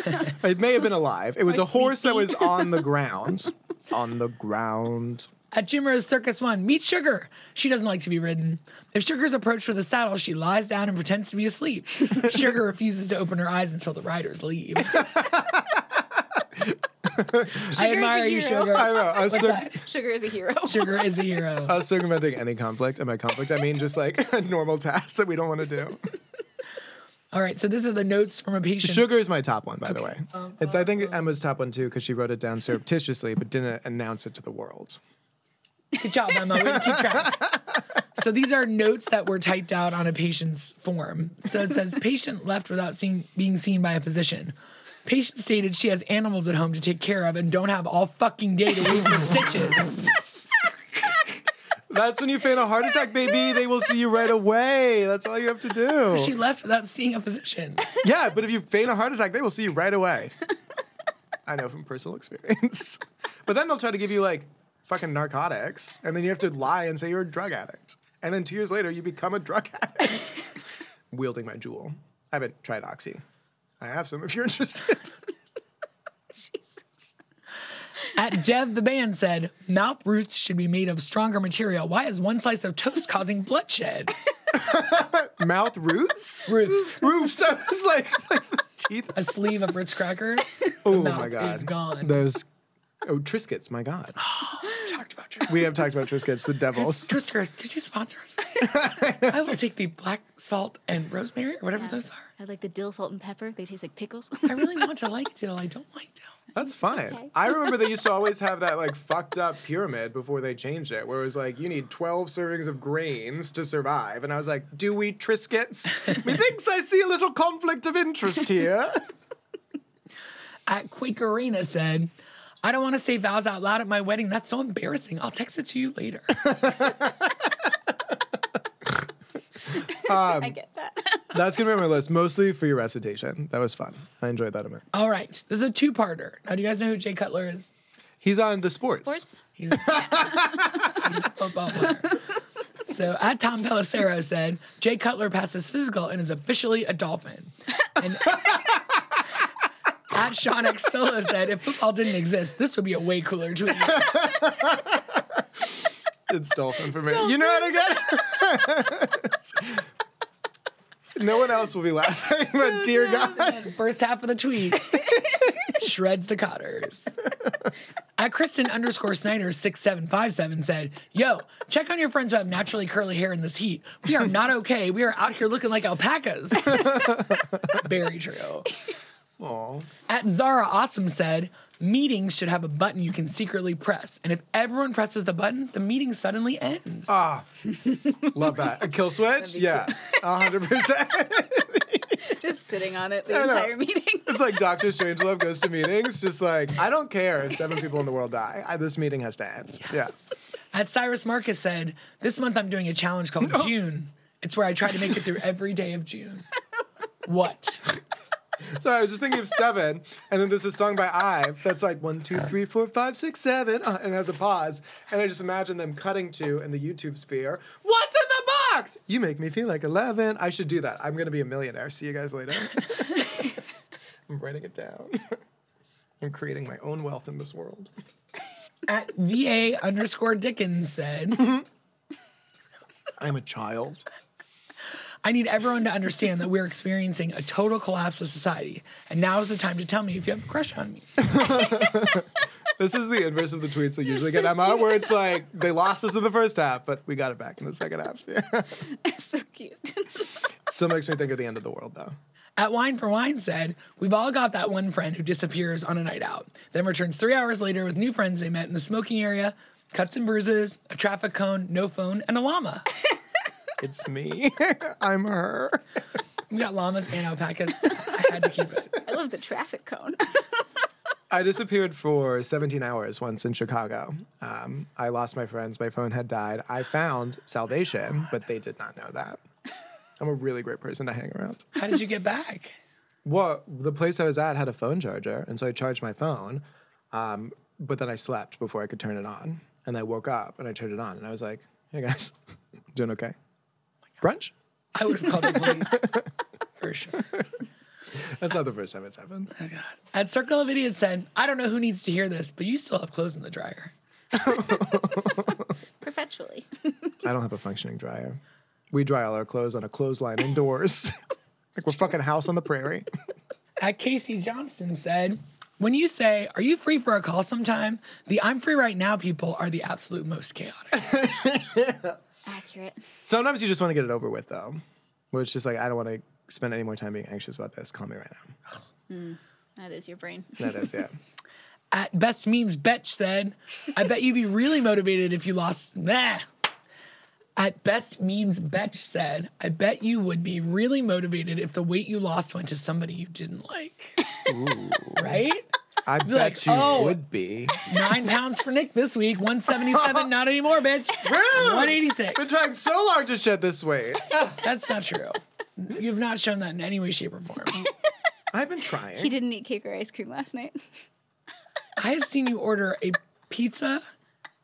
it may have been alive. It was a Or horse that sleepy. was on the ground. on the ground. At Jim Rose Circus One, meet Sugar. She doesn't like to be ridden. If Sugar's approached with a saddle, she lies down and pretends to be (laughs) asleep. Sugar refuses to open her eyes until the riders leave. I admire you, hero. Sugar. I know. Uh, I was cir- Sugar is (laughs) a hero. (laughs) Sugar is a hero. I was circumventing any conflict, and by conflict I mean just like (laughs) a normal task that we don't want to do. All right, so this is the notes from a (laughs) patient. Sugar is my top one, by the way. It's I think Emma's top one too because she wrote it down surreptitiously but didn't announce it to the world. Good job, Emma. Way to keep track. So these are notes that were typed out on a patient's form. So it says patient left without seeing, being seen by a physician. Patient stated she has animals at home to take care of and don't have all fucking day to leave for stitches. That's when you feign a heart attack, baby. They will see you right away. That's all you have to do. She left without seeing a physician. Yeah, but if you feign a heart attack, they will see you right away. I know from personal experience. (laughs) But then they'll try to give you like fucking narcotics, and then you have to lie and say you're a drug addict. And then two years later, you become a drug (laughs) addict. Wielding my jewel. I haven't tried Oxy. I have some if you're interested. (laughs) At Dev, the band said, mouth roots should be made of stronger material. Why is one slice of toast (laughs) causing bloodshed? Mouth roots? Roots. Roofs. (laughs) I was like, like the teeth. A sleeve of Ritz crackers. Oh mouth my God. is gone. Those. Oh, Triscuits, my (gasps) God. We talked about Triscuits. We have talked about Triscuits, the devils. Triscuits, could you sponsor us? I will take the black salt and rosemary or whatever those are. I like the dill, salt, and pepper. They taste like pickles. (laughs) I really want to like dill. I don't like dill. That's fine. I remember they used to always have that (laughs) like fucked up pyramid before they changed it, where it was like you need twelve servings of grains to survive, and I was like, do we (laughs) Triscuits? Methinks I see a little conflict of interest (laughs) here. At Quakerina said, I don't want to say vows out loud at my wedding. That's so embarrassing. I'll text it to you later. Um, I get that. (laughs) That's gonna be on my list, mostly for your recitation. That was fun. I enjoyed that a bit. All right. This is a two parter. Now, do you guys know who Jay Cutler is? He's on the sports. Sports? He's, he's a football player. So, at Tom Pelissero said, Jay Cutler passed his physical and is officially a Dolphin. And at Sean X Solo said, if football didn't exist, this would be a way cooler tweet. It's dolphin for me. You know what I got? no one else will be laughing, but dear God. First half of the tweet shreds the Cotters. At Kristen underscore Snyder six seven five seven said, "Yo, check on your friends who have naturally curly hair in this heat. We are not okay. We are out here looking like alpacas." Very true. Aw. At Zara Awesome said, "Meetings should have a button you can secretly press, and if everyone presses the button, the meeting suddenly ends." Ah, love that. A kill switch? Yeah, a hundred percent. (laughs) Just sitting on it the I know. entire meeting. (laughs) It's like Doctor Strangelove goes to meetings, just like I don't care if seven people in the world die. I, this meeting has to end. At Cyrus Marcus said, This month I'm doing a challenge called June. It's where I try to make it through every day of June. What? Yeah. So I was just thinking of seven, and then there's a song by Ive that's like one, two, three, four, five, six, seven, uh, and it has a pause, and I just imagine them cutting to in the YouTube sphere. What's in the box? You make me feel like eleven. I should do that. I'm gonna be a millionaire. See you guys later. I'm writing it down. I'm creating my own wealth in this world. At VA underscore Dickens said, I'm a child. I need everyone to understand that we're experiencing a total collapse of society. And now is the time to tell me if you have a crush on me. This is the inverse of the tweets that usually get Emma, where it's like they lost us in the first half, but we got it back in the second half. (laughs) Yeah. so cute. (laughs) Still makes me think of the end of the world, though. At Wine for Wine said, We've all got that one friend who disappears on a night out, then returns three hours later with new friends they met in the smoking area, cuts and bruises, a traffic cone, no phone, and a llama. It's me. (laughs) I'm her. We got llamas and alpacas. I had to keep it. I love the traffic cone. (laughs) I disappeared for 17 hours once in Chicago. Um, I lost my friends. My phone had died. I found salvation, but they did not know that. I'm a really great person to hang around. How did you get back? Well, the place I was at had a phone charger, and so I charged my phone. Um, but then I slept before I could turn it on, and I woke up and I turned it on, and I was like, "Hey guys, (laughs) doing okay? Oh Brunch? I would have called the police for sure. That's not the first time it's happened. At Circle of Idiots said, I don't know who needs to hear this, but you still have clothes in the dryer. (laughs) Perpetually. I don't have a functioning dryer. We dry all our clothes on a clothesline indoors, (laughs) like we're fucking house on the prairie. At Casey Johnston said, when you say, Are you free for a call sometime? The I'm free right now people are the absolute most chaotic. Accurate. Sometimes you just want to get it over with, though, where it's just like I don't want to spend any more time being anxious about this. Call me right now. That is your brain. That is, yeah. At Best Memes Betch said, I bet you'd be really motivated if you lost. Nah. At Best Memes Betch said, I bet you would be really motivated if the weight you lost went to somebody you didn't like. Right? (laughs) I bet like, you "Oh." would (laughs) be. Nine pounds for Nick this week. One seventy seven. Not anymore, bitch. Rude! One eighty six. Been trying so hard to shed this (laughs) weight. That's not true. You've not shown that in any way, shape, or form. I've been trying. He didn't eat cake or ice cream last night. I have seen you order a pizza,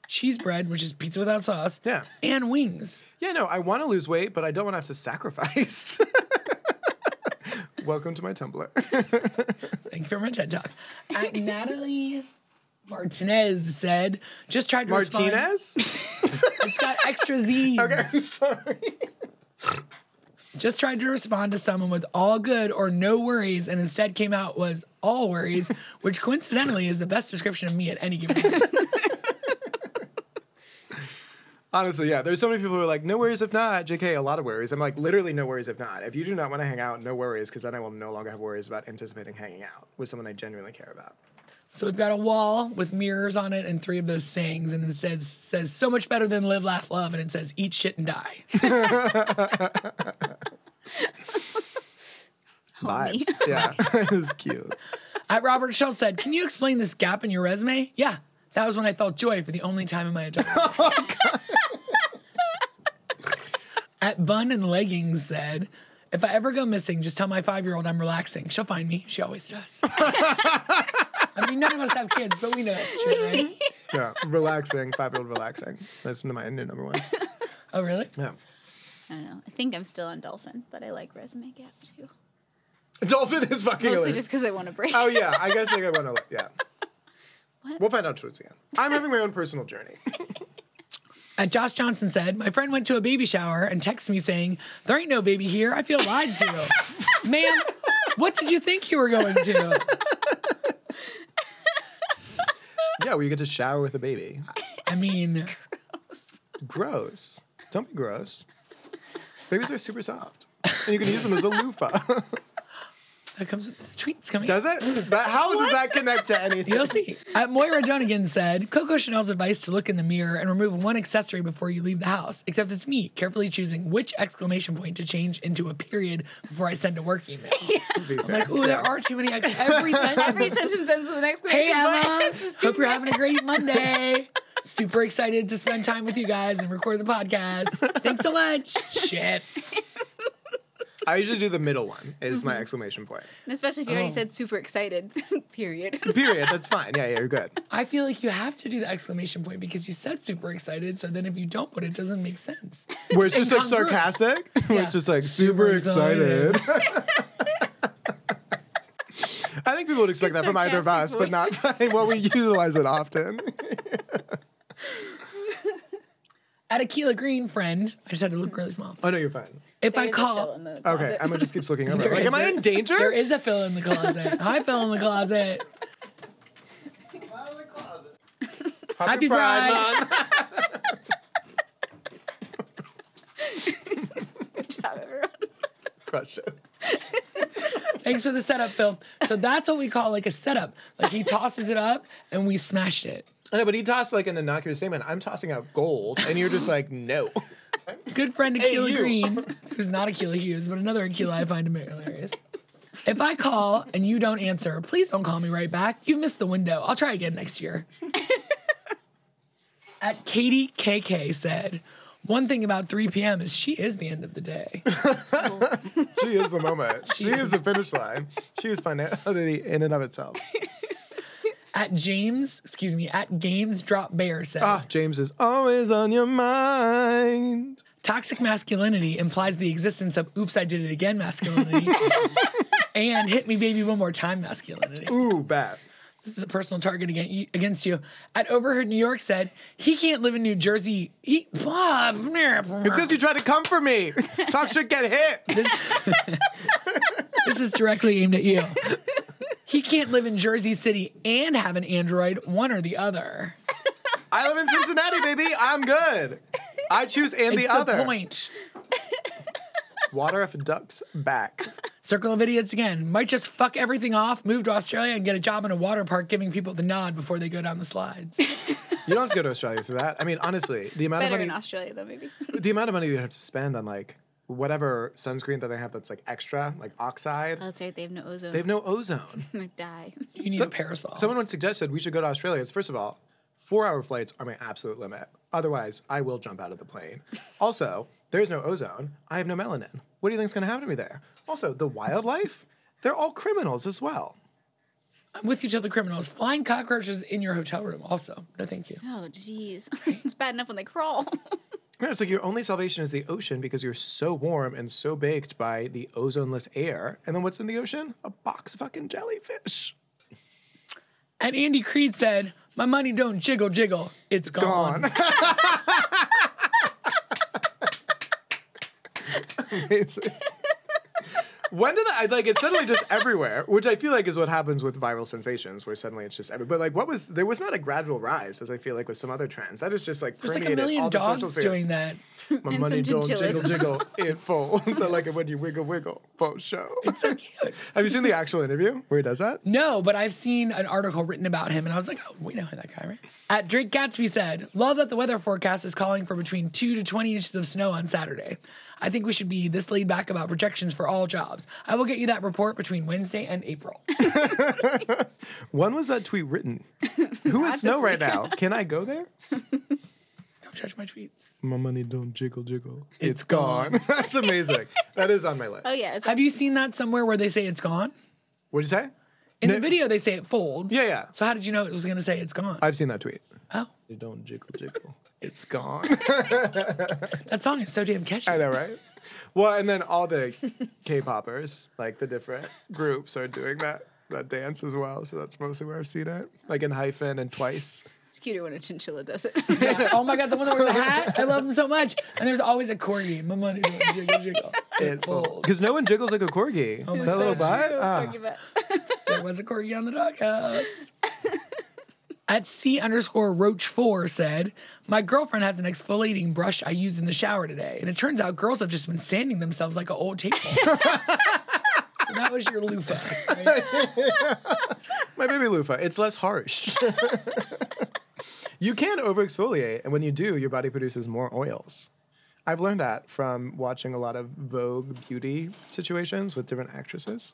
cheese bread, which is pizza without sauce, Yeah. and wings. Yeah, no, I want to lose weight, but I don't want to have to sacrifice. (laughs) Welcome to my Tumblr. Thank you for my TED talk. Uh, (laughs) Natalie Martinez said, "Just tried to respond- Martinez? (laughs) It's got (laughs) extra Z's. Okay, I'm sorry. Just tried to respond to someone with all good or no worries, and instead came out was (laughs) all worries, which coincidentally is the best description of me at any given time. Honestly, yeah, there's so many people who are like, no worries if not, JK, a lot of worries. I'm like, literally, no worries if not. If you do not want to hang out, no worries, because then I will no longer have worries about anticipating hanging out with someone I genuinely care about. So we've got a wall with mirrors on it and three of those sayings, and it says says so much better than live, laugh, love, and it says eat shit and die. Homie. Vibes. (laughs) Yeah, (laughs) it was cute. At Robert Schultz said, Can you explain this gap in your resume? Yeah. That was when I felt joy for the only time in my adult life. At Bun and Leggings said, If I ever go missing, just tell my five year old I'm relaxing. She'll find me. She always does. I mean, none of us have kids, but we know that's true, right? Yeah, relaxing, five year old relaxing. That's my new number one. Oh, really? Yeah. I don't know. I think I'm still on dolphin, but I like resume gap too. Dolphin is fucking Mostly hilarious. just because I want to break. Oh yeah, I guess like I want to. Yeah. We'll find out towards the end. I'm having my own personal journey. At Josh Johnson said, My friend went to a baby shower and texted me saying, There ain't no baby here. I feel lied to. Ma'am, what did you think you were going to? Yeah, where you get to shower with a baby. I mean, Gross. Don't be gross. Babies are super soft, and you can use them as a loofah. that comes with this tweet's coming. Does it? That, how does that connect to (laughs) anything? You'll see. Uh, Moira Donegan said, Coco Chanel's advice to look in the mirror and remove one accessory before you leave the house, except it's me carefully choosing which exclamation point to change into a period before I send a work email. To be fair. Like, ooh, there are too many ex- every sentence. (laughs) Every sentence ends with an hey, exclamation Emma. point. (laughs) It's just Hope too you're having a great Monday. Super excited to spend time with you guys and record the podcast. Thanks so much. Shit. I usually do the middle one. Is my exclamation point. And especially if you Oh. already said super excited. (laughs) Period. Period. That's fine. Yeah, yeah, you're good. I feel like you have to do the exclamation point because you said super excited. So then if you don't put it, it doesn't make sense. Where it's just like Incongruous. sarcastic. (laughs) Where Yeah. it's just like super, Super excited. (laughs) I think people would expect Good that from either of us, sarcastic but not by (laughs) what we utilize it often. At Aquila Green, friend, I just had to look really small. oh no, you're fine. If I There's a fill call, in the Okay, closet. I'm gonna just keep (laughs) looking over. There Like, is- am I in danger? there is a fill in the (laughs) closet. Hi, fill in the closet. Happy Pride. (laughs) Month. (laughs) Good job, everyone. Crushed it. Thanks for the setup, Phil. So that's what we call like a setup. Like he tosses it up and we smashed it. I know, but he tossed like an innocuous statement. I'm tossing out gold, and you're just like, no. Good friend Aquila you. Green, who's not Aquila Hughes, but another Aquila I find him hilarious. If I call and you don't answer, please don't call me right back. You missed the window. I'll try again next (laughs) year. At Katie KK said, one thing about 3 p.m. is she is the end of the day. (laughs) She is the moment. (laughs) she is the finish line. She is finality in and of itself. at James, excuse me, at Games Drop Bear said, (laughs) Ah, James is always on your mind. toxic masculinity implies the existence of oops, I did it again (laughs) masculinity and hit me baby one more time masculinity. Ooh, bad. This is a personal target against against you. At Overheard New York said, he can't live in New Jersey. He, Bob, It's because you tried to come for me. Talk shit, get (laughs) hit. this is directly aimed at you. He can't live in Jersey City and have an Android, one or the other. I live in Cincinnati, baby. I'm good. I choose and It's the other. point. Water off a duck's back. Circle of Idiots again. Might just fuck everything off, move to Australia, and get a job in a water park giving people the nod before they go down the slides. You don't have to go to Australia for that. I mean, honestly, the amount Better of in money, Australia though, maybe. the amount of money you have to spend on like whatever sunscreen that they have that's like extra, like oxide. Oh, that's right. They have no ozone. They have no ozone. (laughs) They die. (laughs) You need So- a parasol. Someone once suggested we should go to Australia. It's first of all, four hour flights are my absolute limit. Otherwise, I will jump out of the plane. Also, there's no ozone. I have no melanin. What do you think's going to happen to me there? Also, the wildlife, they're all criminals as well. I'm with you till the criminals. Flying cockroaches in your hotel room also. No, thank you. Oh, jeez. (laughs) it's bad enough when they crawl. (laughs) No, it's like your only salvation is the ocean because you're so warm and so baked by the ozoneless air. And then what's in the ocean? A box of fucking jellyfish. And Andy Creed said, My money don't jiggle jiggle. It's gone. Gone. Amazing. when did that? I- Like it's suddenly just everywhere, which I feel like is what happens with viral sensations, where suddenly it's just everywhere. But like, what was there was not a gradual rise, as I feel like with some other trends. That is just like There's like a permeated all million the social dogs spheres. doing that. My And money some don't jiggle chinchillas. (laughs) jiggle, it folds. I like it when you wiggle wiggle, faux show. It's so cute. (laughs) Have you seen the actual interview where he does that? No, but I've seen an article written about him, and I was like, oh, we know that guy, right? At Drake Gatsby said, Love that the weather forecast is calling for between two to 20 inches of snow on Saturday. I think we should be this laid back about projections for all jobs. I will get you that report between Wednesday and April. (laughs) When was that tweet (laughs) written? Who is snow right now? Can I go there? Don't judge my tweets. My money don't jiggle jiggle. It's (laughs) That's amazing. that is on my list. oh, yeah. It's like, Have you seen that somewhere where they say it's gone? What'd you say? In No. the video, they say it folds. Yeah, yeah. So how did you know it was going to say it's gone? I've seen that tweet. oh, You don't jiggle jiggle. It's gone. (laughs) that song is so damn catchy. I know, right? Well, and then all (laughs) the K-poppers, like the different groups, are doing that that dance as well. So that's mostly where I've seen it, like in hyphen and twice. it's cuter when a chinchilla does it. (laughs) Yeah. Oh my God, the one that wears a hat. I love him so much. And there's always a corgi. My money don't jiggle, (laughs) jiggle. It folds. Because no one jiggles like a corgi. that so little butt. Little ah. corgi butts. There was a corgi on the doghouse. At C underscore Roach four said, "My girlfriend has an exfoliating brush I used in the shower today, and it turns out girls have just been sanding themselves like an (laughs) old table." so that was your loofah. right? My baby loofah. It's less harsh. (laughs) you can overexfoliate, and when you do, your body produces more oils. I've learned that from watching a lot of Vogue beauty situations with different actresses.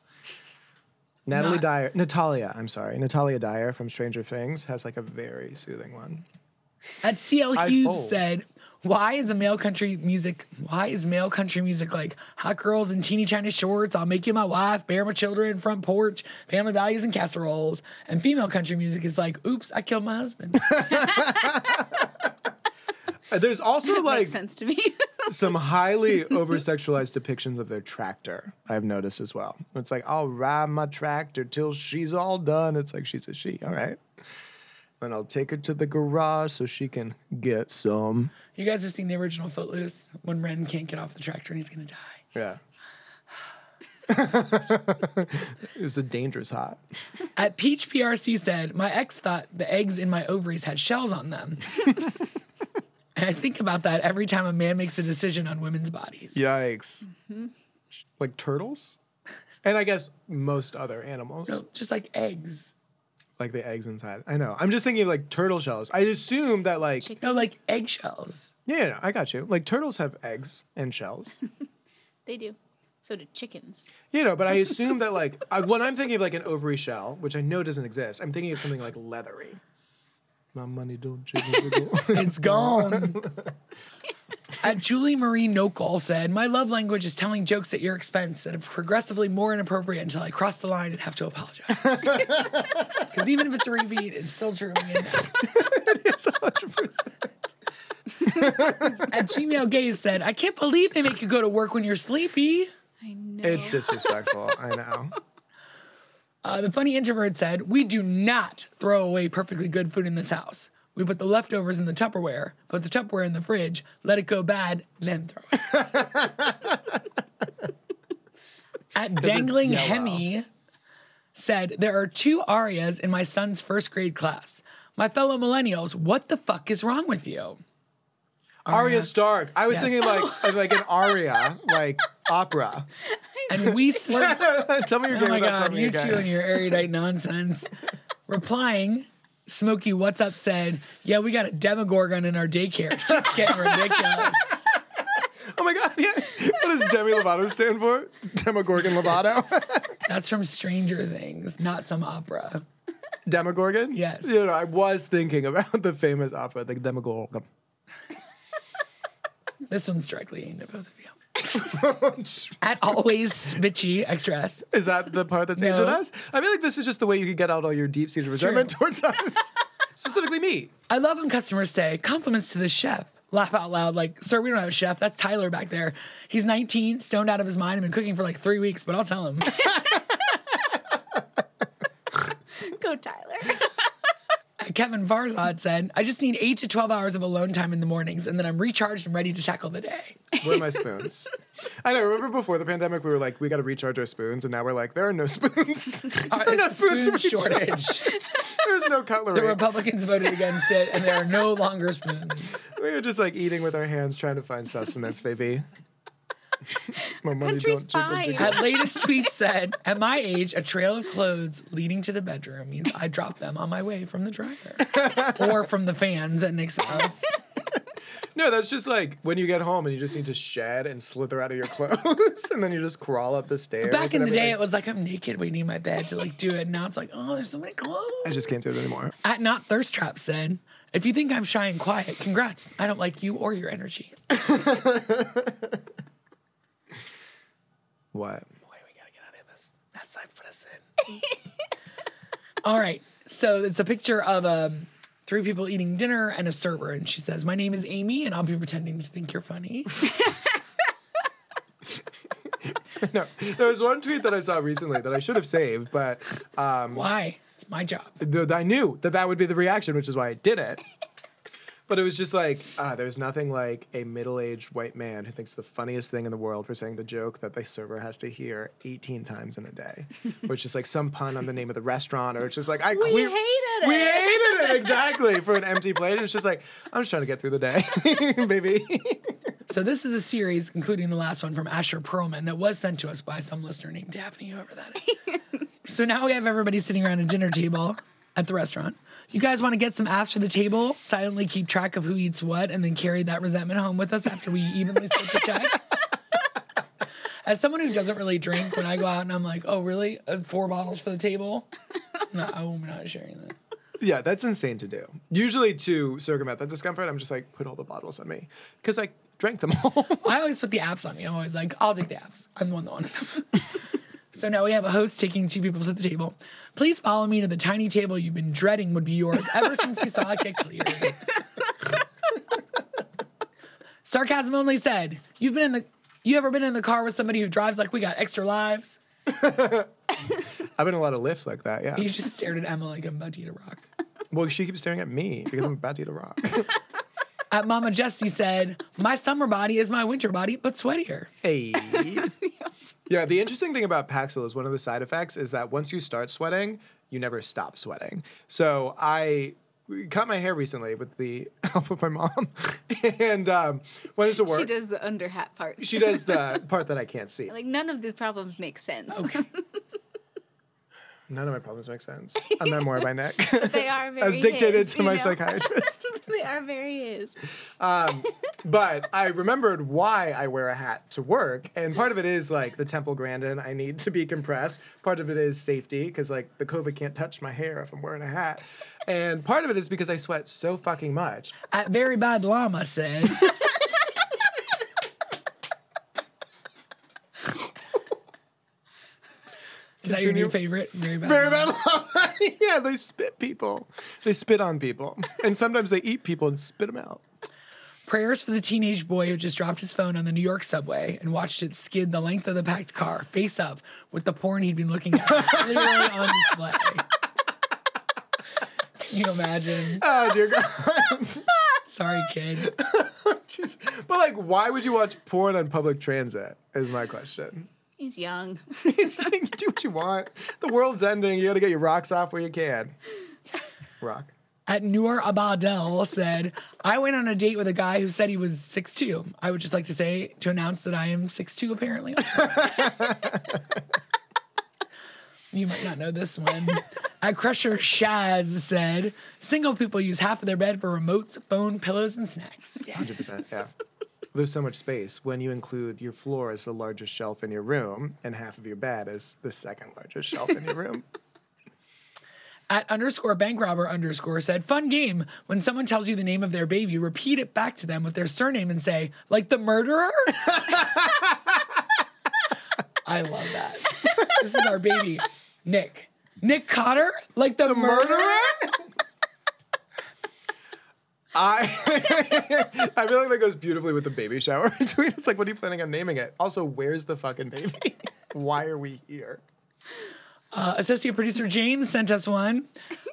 Natalie Not- Dyer, Natalia, I'm sorry, Natalia Dyer from Stranger Things has like a very soothing one. At CL I Hughes fold. said, "Why is a male country music? Why is male country music like hot girls in teeny tiny shorts? I'll make you my wife, bear my children, front porch, family values and casseroles. And female country music is like, oops, I killed my husband. (laughs) Uh, There's also like (laughs) Makes sense to me. some highly over sexualized depictions of their tractor, I've noticed as well. It's like, I'll ride my tractor till she's all done. It's like, she's a she, all right? Then I'll take her to the garage so she can get some. You guys have seen the original Footloose when Ren can't get off the tractor and he's gonna die. Yeah. (laughs) it was a dangerous hot. At Peach PRC said, My ex thought the eggs in my ovaries had shells on them. (laughs) and I think about that every time a man makes a decision on women's bodies. Yikes. Mm-hmm. Like turtles? And I guess most other animals, So, just like eggs. like the eggs inside. I know. I'm just thinking of like turtle shells. I assume that, like, Chick- No, like eggshells. yeah, yeah, I got you. Like, turtles have eggs and shells. they do. So do chickens. You know, but I assume that like I, when I'm thinking of like an ovary shell, which I know doesn't exist, I'm thinking of something like leathery. My money (laughs) don't jiggle jiggle. (laughs) It's (laughs) gone. At Uh, Julie Marie Nokal said, My love language is telling jokes at your expense that are progressively more inappropriate until I cross the line and have to apologize. Because even if it's a repeat, it's still true. Man. it's 100%. (laughs) At Gmail Gaze said, I can't believe they make you go to work when you're sleepy. I know. It's disrespectful. I know. Uh, the funny introvert said, We do not throw away perfectly good food in this house. We put the leftovers in the Tupperware, put the Tupperware in the fridge, let it go bad, then throw it. At Dangling yellow. Hemi said, There are two arias in my son's first grade class. My fellow millennials, what the fuck is wrong with you? Arya Stark. I was Yes. thinking (laughs) like of, like an aria, like opera. (laughs) And we slurp. tell me your game Oh my without god, telling me you your two game. and your erudite nonsense. Replying, Smokey, what's (laughs) up? Said, yeah, we got a Demogorgon in our daycare. Shit's getting ridiculous. (laughs) Oh my god, yeah. What does Demi Lovato stand for? Demogorgon Lovato. (laughs) That's from Stranger Things, not some opera. Demogorgon? Yes. You know, I was thinking about (laughs) the famous opera, the Demogorgon. This one's directly aimed at both of you. (laughs) Is At always bitchy extra S. that the part that's aimed No. at us? I feel like this is just the way you can get out all your deep seated true. resentment towards (laughs) us. Specifically me. I love when customers say compliments to the chef. Laugh out loud, like, sir, we don't have a chef. That's Tyler back there. He's 19, stoned out of his mind, and been cooking for like three weeks, but I'll tell him. (laughs) Go, Tyler. Kevin Farzad said, I just need eight to 12 hours of alone time in the mornings, and then I'm recharged and ready to tackle the (laughs) day. Where are my spoons? I know. Remember before the pandemic, we were like, we got to recharge our spoons, and now we're like, there are no (laughs) spoons. there are no It's spoons to spoon recharge. shortage. There's no cutlery. (laughs) the Republicans voted against it, and there are no longer spoons. we were just like eating with our hands, trying to find sustenance, (laughs) baby. my money Country's jiggle, fine. jiggle. At latest tweet said, At my age, a trail of clothes leading to the bedroom means I drop them on my way from the (laughs) dryer or from the fans at Nick's house. No, that's just like when you get home and you just need to shed and slither out of your (laughs) clothes, and then you just crawl up the stairs. Back in and the day, everything. it was like I'm naked waiting in my bed to like do it. Now it's like, oh, there's so many clothes. I just can't do it anymore. At Not Thirst Trap said, If you think I'm shy and quiet, congrats. I don't like you or your energy. Boy, What? we gotta get out of this mess I've put us in. (laughs) All right. So it's a picture of um, three people eating dinner and a server. And she says, My name is Amy, and I'll be pretending to think you're funny. No, there was one tweet that I saw recently that I should have saved, but um, Why? It's my job. th- I knew that that would be the reaction, which is why I did it. But it was just like, ah, there's nothing like a middle aged white man who thinks the funniest thing in the world for saying the joke that the server has to hear 18 times in a day, which is like some pun on the name of the restaurant, or it's just like, I We clear- hated We it. hated it, exactly, for an empty plate. It's just like, I'm just trying to get through the day, (laughs) baby. So this is a series, including the last one from Asher Perlman, that was sent to us by some listener named Daphne, whoever that is. so now we have everybody sitting around a dinner table at the restaurant. You guys want to get some after the table, silently keep track of who eats what, and then carry that resentment home with us after we evenly split the check. As someone who doesn't really drink, when I go out and I'm like, oh, really? Uh, Four bottles for the table? No, I'm not sharing that. yeah, that's insane to do. Usually, to circumvent that discomfort, I'm just like, put all the bottles on me because I drank them all. (laughs) I always put the apps on me. I'm always like, I'll take the apps. I'm the one that wanted them. (laughs) so now we have a host taking two people to the table. Please follow me to the tiny table you've been dreading would be yours ever since you saw I kicked you. (laughs) Sarcasm only said, You've been in the you ever been in the car with somebody who drives like we got extra lives? I've been in a lot of lifts like that, yeah. You just stared at Emma like I'm about to eat a rock. Well, she keeps staring at me because I'm about to eat a rock. At Mama Jessie said, My summer body is my winter body, but sweatier. hey. yeah, the interesting thing about Paxil is one of the side effects is that once you start sweating, you never stop sweating. So I cut my hair recently with the (laughs) help of my mom and um, went into work. (laughs) She does the under hat part. She does the part that I can't see. (laughs) Like none of the problems make sense. None of my problems make sense. A memoir by (laughs) (laughs) Nick. (laughs) They are very As dictated his, to you my know? psychiatrist. (laughs) they are very his. but I remembered why I wear a hat to work, and part of it is like the Temple Grandin. I need to be compressed. Part of it is safety because like the COVID can't touch my hair if I'm wearing a hat, and part of it is because I sweat so fucking much. At Very Bad Llama said, Is that your Continue. new favorite? Very Bad Very Llama? bad llama. (laughs) yeah, they spit people. They spit on people, and sometimes they eat people and spit them out. Prayers for the teenage boy who just dropped his phone on the New York subway and watched it skid the length of the packed car, face up, with the porn he'd been looking at (laughs) clearly on display. Can you imagine? Oh dear God. Sorry, kid. (laughs) Jeez. But like, why would you watch porn on public transit? Is my question. He's young. (laughs) (laughs) It's like, do what you want. The world's ending. You got to get your rocks off where you can. Rock. at Noor Abadel said, I went on a date with a guy who said he was 6'2. I would just like to say, to announce that I am 6'2, apparently. (laughs) you might not know this one. At Crusher Shaz said, single people use half of their bed for remotes, phone, pillows, and snacks. Hundred percent. Yeah. (laughs) there's so much space when you include your floor as the largest shelf in your room and half of your bed as the second largest shelf in your (laughs) room. At underscore bank robber underscore said, fun game. When someone tells you the name of their baby, repeat it back to them with their surname and say, like the murderer? (laughs) I love that. This is our baby, Nick. Nick Cotter, like the, murderer? (laughs) I (laughs) I feel like that goes beautifully with the baby shower (laughs) tweet. It's like, what are you planning on naming it? Also, where's the fucking baby? (laughs) Why are we here? (laughs) Uh, associate producer Jane sent us one.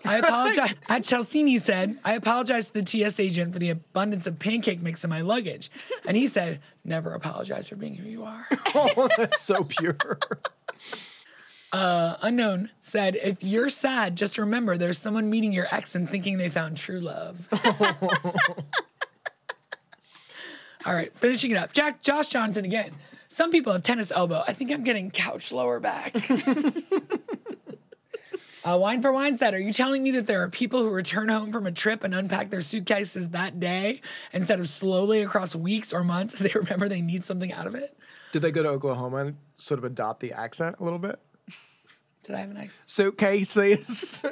I (laughs) apologize. At Chelsini said, I apologize to the TS agent for the abundance of pancake mix in my luggage. And he said, never apologize for being who you are. Oh, that's so pure. Unknown said, if you're sad, just remember there's someone meeting your ex and thinking they found true love. All right, finishing it up. Jack Josh Johnson again. Some people have tennis elbow. I think I'm getting couch lower back. uh, wine for wine said, are you telling me that there are people who return home from a trip and unpack their suitcases that day instead of slowly across weeks or months (laughs) as they remember they need something out of it? (laughs) Did they go to Oklahoma and sort of adopt the accent a little bit? Did I have an accent? Suitcases.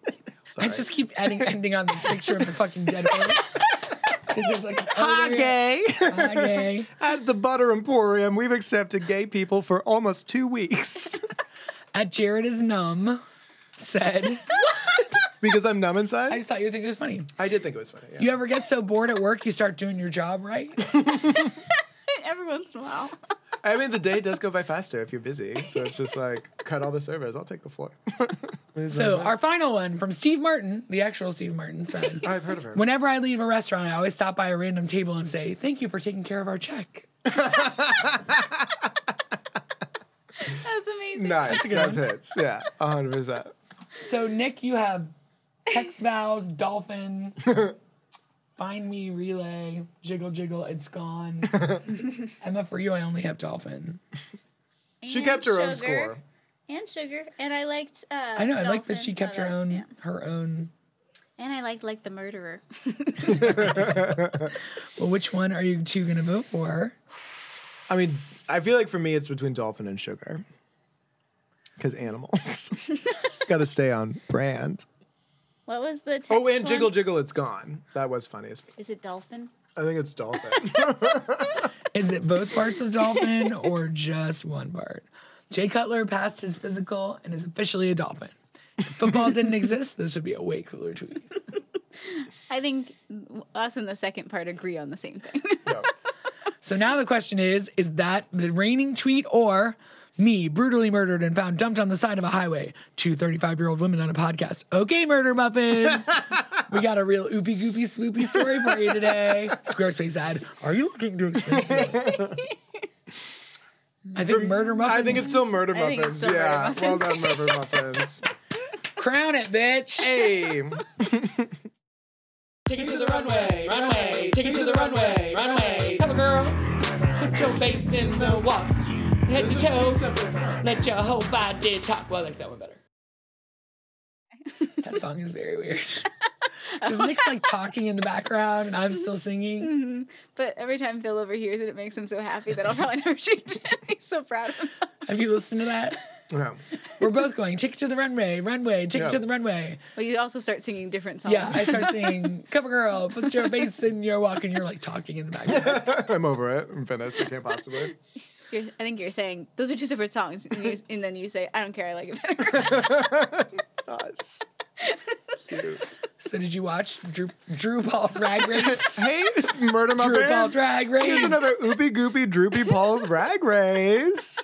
(laughs) I just keep adding ending on this picture of the fucking dead horse. 'Cause it's like, Hi, oh, yeah. gay. (laughs) Hi, gay. At the Butter Emporium, we've accepted gay people for almost two (laughs) weeks At Jared is numb. Said, because I'm numb inside. I I, just thought you would think it was funny. did think it was funny. Yeah. You ever get so bored at work you start doing your job right? Every once in a while. (laughs) I mean, the day does go by faster if you're busy. So it's just like, (laughs) cut all the servers. I'll take the floor. So our final one from Steve Martin, the actual Steve Martin, said, I've heard of her. "Whenever I leave a restaurant, I always stop by a random table and say thank you for taking care of our check." That's amazing. (laughs) nice. That's hits. Yeah, 100%. So Nick, you have text vows, dolphin, find me relay, jiggle jiggle, it's gone. Emma, for you, I only have dolphin. She And kept her own score. sugar. And sugar. And I liked. Uh, I know. I like that Dolphin. she kept I her liked- own yeah. her own. And I liked like the murderer. (laughs) Well, which one are you two gonna vote for? I mean, I feel like for me, it's between dolphin and sugar. Because (laughs) animals. Got to stay on brand. What was the? Text Oh, and Jiggle one? Jiggle, it's gone. That was funny. as- Is it dolphin? I think it's dolphin. Is it both parts of (laughs) dolphin or just one part? Jay Cutler passed his physical and is officially a dolphin. If football didn't exist, this would be a way cooler tweet. I think us and the second part agree on the same thing. (laughs) No. So now the question is is that the reigning tweet or me brutally murdered and found dumped on the side of a highway? Two 35 year old women on a podcast. Okay, murder (laughs) muffins. we got a real oopy goopy swoopy story for you (laughs) today. Squarespace ad. Are you looking to expand? (laughs) I think murder muffins. I think it's still murder I think muffins. it's still murder yeah, well done, murder (laughs) muffins. crown it, bitch. hey, Take it to the runway, runway, take it to the runway, runway. Have a girl, put your face in the water. Head to toe, let your whole body talk. Well, I like that one better. that song is very weird. Because Nick's like talking in the background and I'm still singing. but every time Phil overhears it, it makes him so happy that I'll probably never (laughs) change it. He's so proud of himself. Have you listened to that? no. (laughs) We're both going, take it to the runway, runway, take it to Yeah. the runway. Well, you also start singing different songs. Yeah, I (laughs) start singing, cover girl, put your face in your walk, and you're like talking in the background. I'm over it. I'm finished. I can't possibly. You're, I think you're saying those are two separate songs, and, you, and then you say, "I don't care, I like it better." (laughs) Us. Cute. So did you watch Drew, Drew Paul's Rag Race? (laughs) Hey, murder Drew Paul muffins. Drag Race. Oh, Here's another oopy goopy droopy Paul's rag race.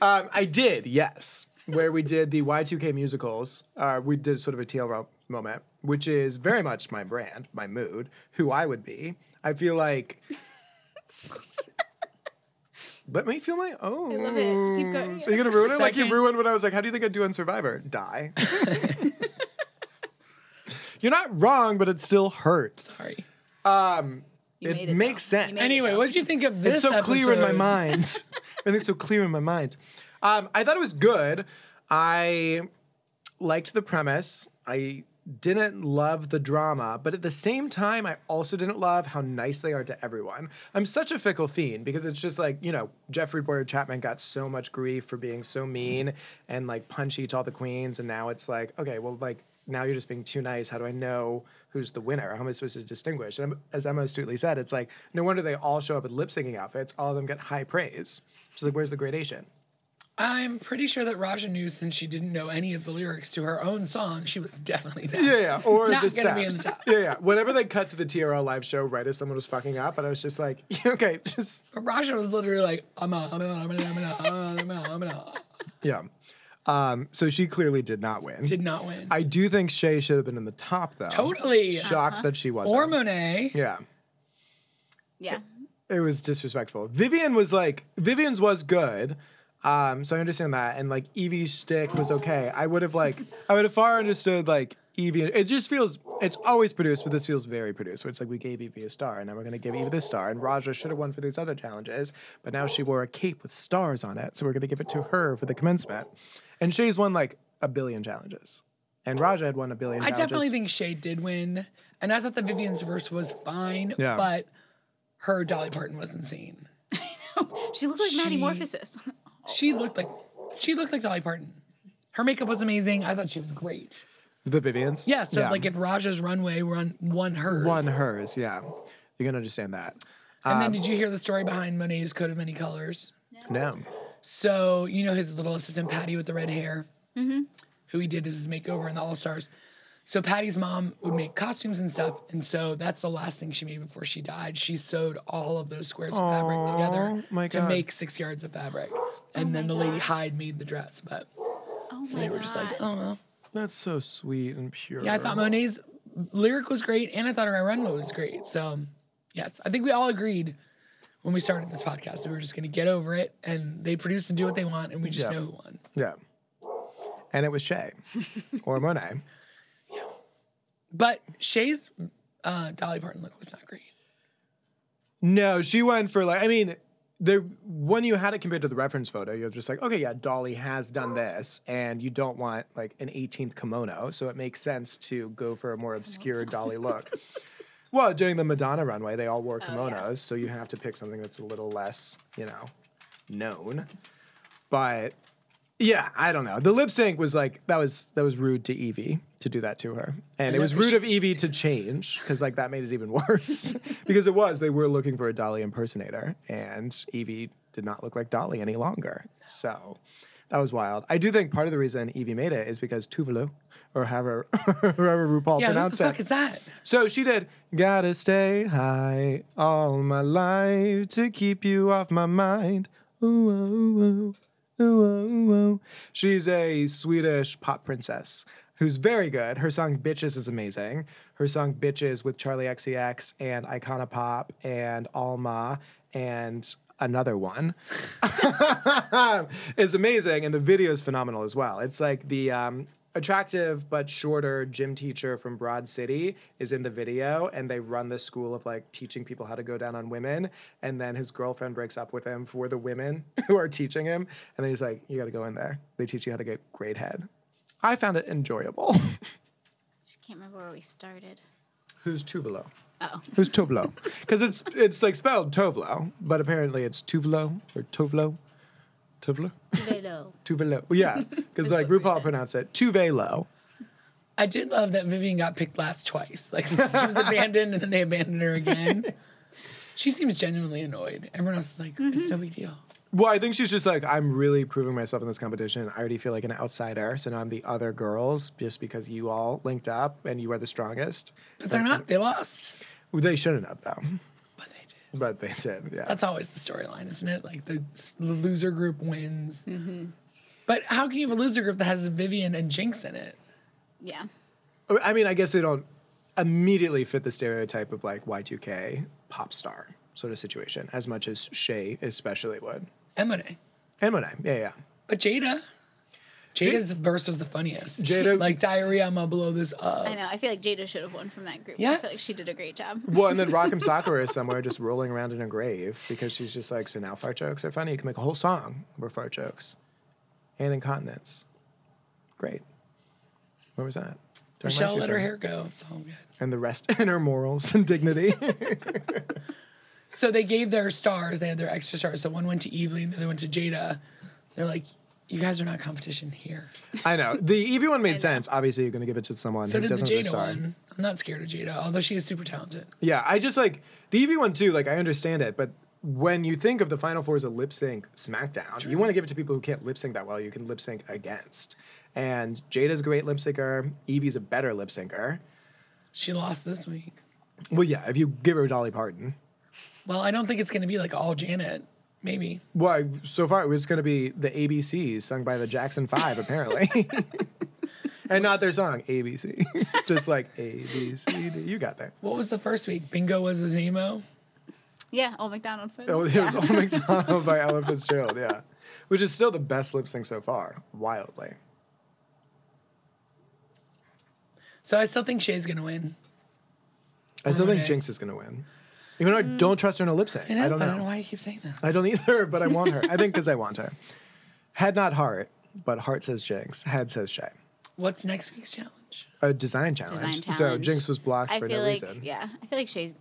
Um, I did, yes. Where we did the Y2K musicals. Uh, we did sort of a TL moment, which is very much my brand, my mood, who I would be. I feel like. (laughs) Let me feel my own. I love it. Keep going. So you're gonna ruin it? Like you Second. ruined what I was like, how do you think I'd do on Survivor? (laughs) Die. you're not wrong, but it still hurts. Sorry. You It made it, makes though. You sense. made it, Anyway, though. what did you think of it's this? so clear in my episode? mind. (laughs) Everything's so clear in my mind. Um, I thought it was good. I liked the premise. I didn't love the drama, but at the same time, I also didn't love how nice they are to everyone. I'm such a fickle fiend because it's just like, you know, Jeffrey Boyer Chapman got so much grief for being so mean and like punchy to all the queens. And now it's like, okay, well, like now you're just being too nice. How do I know who's the winner? How am I supposed to distinguish? And as Emma astutely said, it's like, no wonder they all show up in lip syncing outfits. All of them get high praise. So, like, where's the gradation? I'm pretty sure that Raja knew since she didn't know any of the lyrics to her own song, she was (laughs) definitely down. Yeah, yeah. Or Not the gonna be in steps. the top. Yeah, yeah. Whenever they cut to the TRL live show, right as someone was fucking up, and I was just like, (laughs) okay, just But Raja was literally like, I'm a, I'm a, I'm a, I'm a, I'm a, I'm a. yeah. Um, so she clearly did not win. Did not win. I do think Shay should have been in the top though. Totally. Uh-huh. Shocked that she wasn't. Or Monet. yeah. Yeah. It was disrespectful. Vivian was like, Vivian's was good. Um, so I understand that. And like Evie's shtick was okay. I would have like, I would have far understood like Evie. It just feels, it's always produced, but this feels very produced. Where it's like we gave Evie a star and now we're going to give Evie this star. And Raja should have won for these other challenges, but now she wore a cape with stars on it. So we're going to give it to her for the commencement. And Shay's won like a billion challenges. And Raja had won a billion I challenges. definitely think Shay did win. And I thought that Vivian's verse was fine, Yeah. but her Dolly Parton was insane. She looked like Maddie She- Morphosis. She looked like she looked like Dolly Parton. Her makeup was amazing. I thought she was great. the Vivians. Yeah, so Yeah. like if Raja's runway run won hers. won hers. Yeah. You can understand that. And Uh, then did you hear the story behind Monet's coat of many colors? No. So you know his little assistant Patty with the red hair, who he did his makeover in the All Stars. So Patty's mom would make costumes and stuff, and so that's the last thing she made before she died. She sewed all of those squares of fabric together Aw, my to God. make six yards of fabric, and then the lady Hyde made the dress. But Oh they my were god. just like, oh well. That's so sweet and pure. Yeah, I thought Monet's lyric was great, and I thought her runway was great. So yes, I think we all agreed when we started this podcast that we were just going to get over it, and they produce and do what they want, and we just Yeah. know who won. Yeah. And it was (laughs) Shay or Monet. But Shay's uh, Dolly Parton look was not great. No, she went for like, I mean, the when you had it compared to the reference photo, you're just like, okay, yeah, Dolly has done this, and you don't want like an 18th kimono, so it makes sense to go for a more obscure Dolly (laughs) look. well, during the Madonna runway, they all wore Oh, kimonos, so you have to pick something that's a little less, you know, known. But yeah, I don't know. The lip sync was like that was that was rude to Evie to do that to her, and it know, was 'cause rude of Evie to change because like that made it even (laughs) (laughs) worse because it was they were looking for a Dolly impersonator, and Evie did not look like Dolly any longer. So that was wild. I do think part of the reason Evie made it is because Tuvalu, or however (laughs) however RuPaul Yeah, who the pronounced fuck it. is that? So she did. Gotta stay high all my life to keep you off my mind. Ooh, ooh, ooh, ooh, ooh, ooh. She's a Swedish pop princess who's very good. Her song Bitches is amazing. Her song Bitches with Charlie XCX and Icona Pop and Alma and another one (laughs) is amazing and the video is phenomenal as well it's like the um, attractive but shorter gym teacher from broad city is in the video and they run the school of like teaching people how to go down on women and then his girlfriend breaks up with him for the women (laughs) who are teaching him and then he's like you got to go in there they teach you how to get great head i found it enjoyable (laughs) "Oh." Just can't remember where we started. who's tuvalo Oh. who's tuvalo because it's it's like spelled tovlo but apparently it's tuvalo or tovlo tovlo Velo. Tuvelo. Yeah, because like what we RuPaul said. pronounced it Tuvelo. I did love that Vivian got picked last twice. Like (laughs) she was abandoned and then they abandoned her again. She seems genuinely annoyed. Everyone else is like, it's no big deal. Well, I think she's just like I'm really proving myself in this competition. I already feel like an outsider, so now I'm the other girls just because you all linked up and you are the strongest. But they're not. They lost. Well, They shouldn't have though, But they did. but they did. Yeah. That's always the storyline, isn't it? Like the s- the loser group wins. But how can you have a loser group that has Vivian and Jinx in it? Yeah. I mean, I guess they don't immediately fit the stereotype of like Y2K pop star sort of situation as much as Shay especially would. And Monet. And Monet, yeah, yeah. But Jada. Jada's verse was the funniest. Jada- like diarrhea, I'm gonna blow this up. I know. I feel like Jada should have won from that group. I feel like Yes. she did a great job. Well, and then Rock'em Sakura is somewhere just rolling around in a grave because she's just like, so now fart jokes are funny. You can make a whole song over fart jokes and incontinence. Great. Where was that? during my Michelle let her season. hair go. It's all good. and the rest (laughs) and her morals and dignity. (laughs) So they gave their stars. They had their extra stars. So one went to Evelyn, the other went to Jada. They're like, you guys are not competition here. I know the EV one made sense. Obviously, you're going to give it to someone So who did the doesn't Jada understand. one. I'm not scared of Jada, although she is super talented. Yeah, I just like the EV one too. Like I understand it, but when you think of the Final Four as a lip sync SmackDown, you want to give it to people who can't lip sync that well. You can lip sync against, and Jada's a great lip syncer. Evie's a better lip syncer. She lost this week. Well, yeah, if you give her Dolly Parton. Well, I don't think it's going to be like all Janet. Maybe. Well, so far it's going to be the ABCs sung by the Jackson Five, apparently, (laughs) and not their song ABC. (laughs) Just like A B C D. You got that. What was the first week? Bingo was his name Yeah, Old McDonald. Food. Oh, it yeah. was Old McDonald by Ella Fitzgerald, yeah. Which is still the best lip sync so far, wildly. So I still think Shay's going to win. I still think Renee. Jinx is going to win. Even though I don't trust her in a lip sync. I don't I don't know know. why you keep saying that. I don't either, but I want her. I think because I want her. Head not heart, but heart says Jinx, head says Shay. What's next week's challenge? A design challenge. So challenge. Jinx was blocked I for feel no like reason. yeah, I feel like Shay's.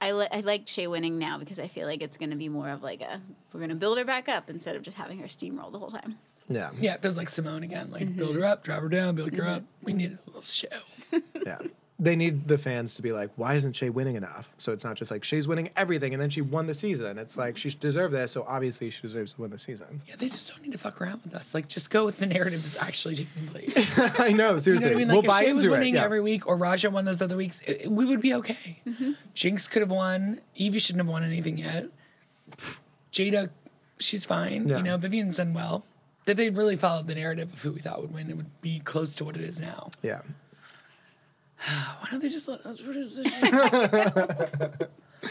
I, li- I like Shay winning now because I feel like it's going to be more of like a we're going to build her back up instead of just having her steamroll the whole time. Yeah. Yeah, it feels like Simone again. Like build her up, drive her down, build her up. We need a little show. Yeah. They need the fans to be like, why isn't Shay winning enough? So it's not just like Shay's winning everything and then she won the season. It's like she deserved this, so obviously she deserves to win the season. Yeah, they just don't need to fuck around with us. Like just go with the narrative that's actually taking place. (laughs) I know, You know seriously. what I mean? Like we'll if buy Shay into was winning it. yeah. every week or Raja won those other weeks, it, it- we would be okay. Jinx could have won. Evie shouldn't have won anything yet. Jada, she's fine. Yeah. You know, Vivian's done well. If they really followed the narrative of who we thought would win, it would be close to what it is now. yeah. Oh, Why don't they just let us (laughs)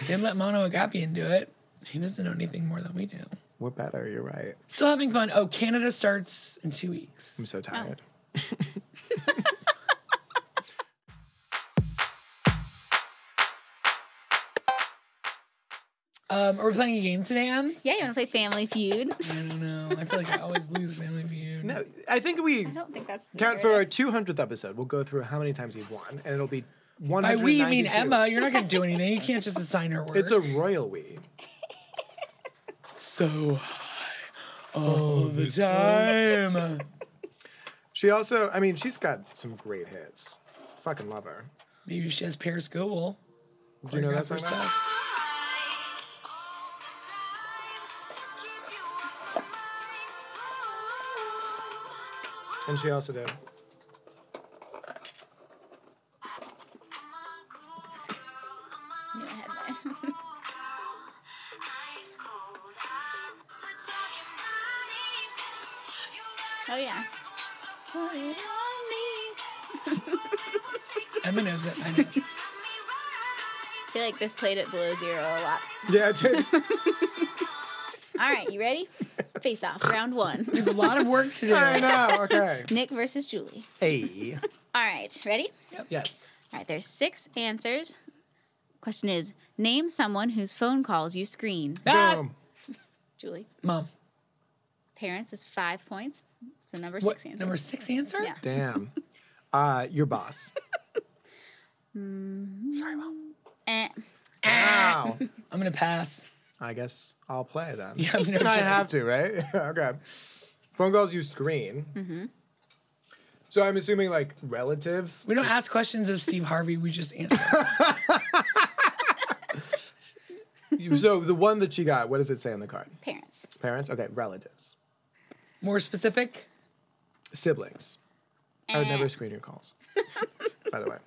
They let Mono Agapian do it. He doesn't know anything more than we do. We're better. You're right. Still having fun. Oh, Canada starts in two weeks. I'm so Oh. tired. Um, are we playing a game today, Ams? Yeah, you want to play Family Feud? I don't know. I feel like I always lose Family Feud. No, I think we (laughs) I don't think that's count for our 200th episode. We'll go through how many times you've won, and it'll be By 192. we, you mean Emma. You're not going to do anything. You can't just assign (laughs) her work. It's a royal we. so high all the time. She also, I mean, she's got some great hits. Fucking love her. (laughs) Maybe she has Paris Goebel. Do you know that choreograph her song? stuff. And she also did. (laughs) Oh yeah. Emma knows it. I know. I feel like this played at below zero a lot. Yeah, it (laughs) did. All right, (laughs) you ready? Face off, round one. a lot of work to do. I know. Okay. Nick versus Julie. Hey. All right, ready? Yes. All right, there's six answers. Question is, name someone whose phone calls you screen. Ah, Boom. Julie. Mom. Parents is five points. It's the number What, six answer. number six answer? Yeah. Damn. Uh, your boss. (laughs) Sorry, Mom. Eh. Wow. I'm going to pass. I guess I'll play then. You (laughs) have no I choice. have to, right? (laughs) okay. Phone calls you screen. Mm-hmm. So I'm assuming like relatives. We don't ask questions of Steve Harvey. We just answer. You- so the one that she got, what does it say on the card? Parents. Parents? Okay, relatives. More specific? Siblings. I would never screen your calls, (laughs) by the way.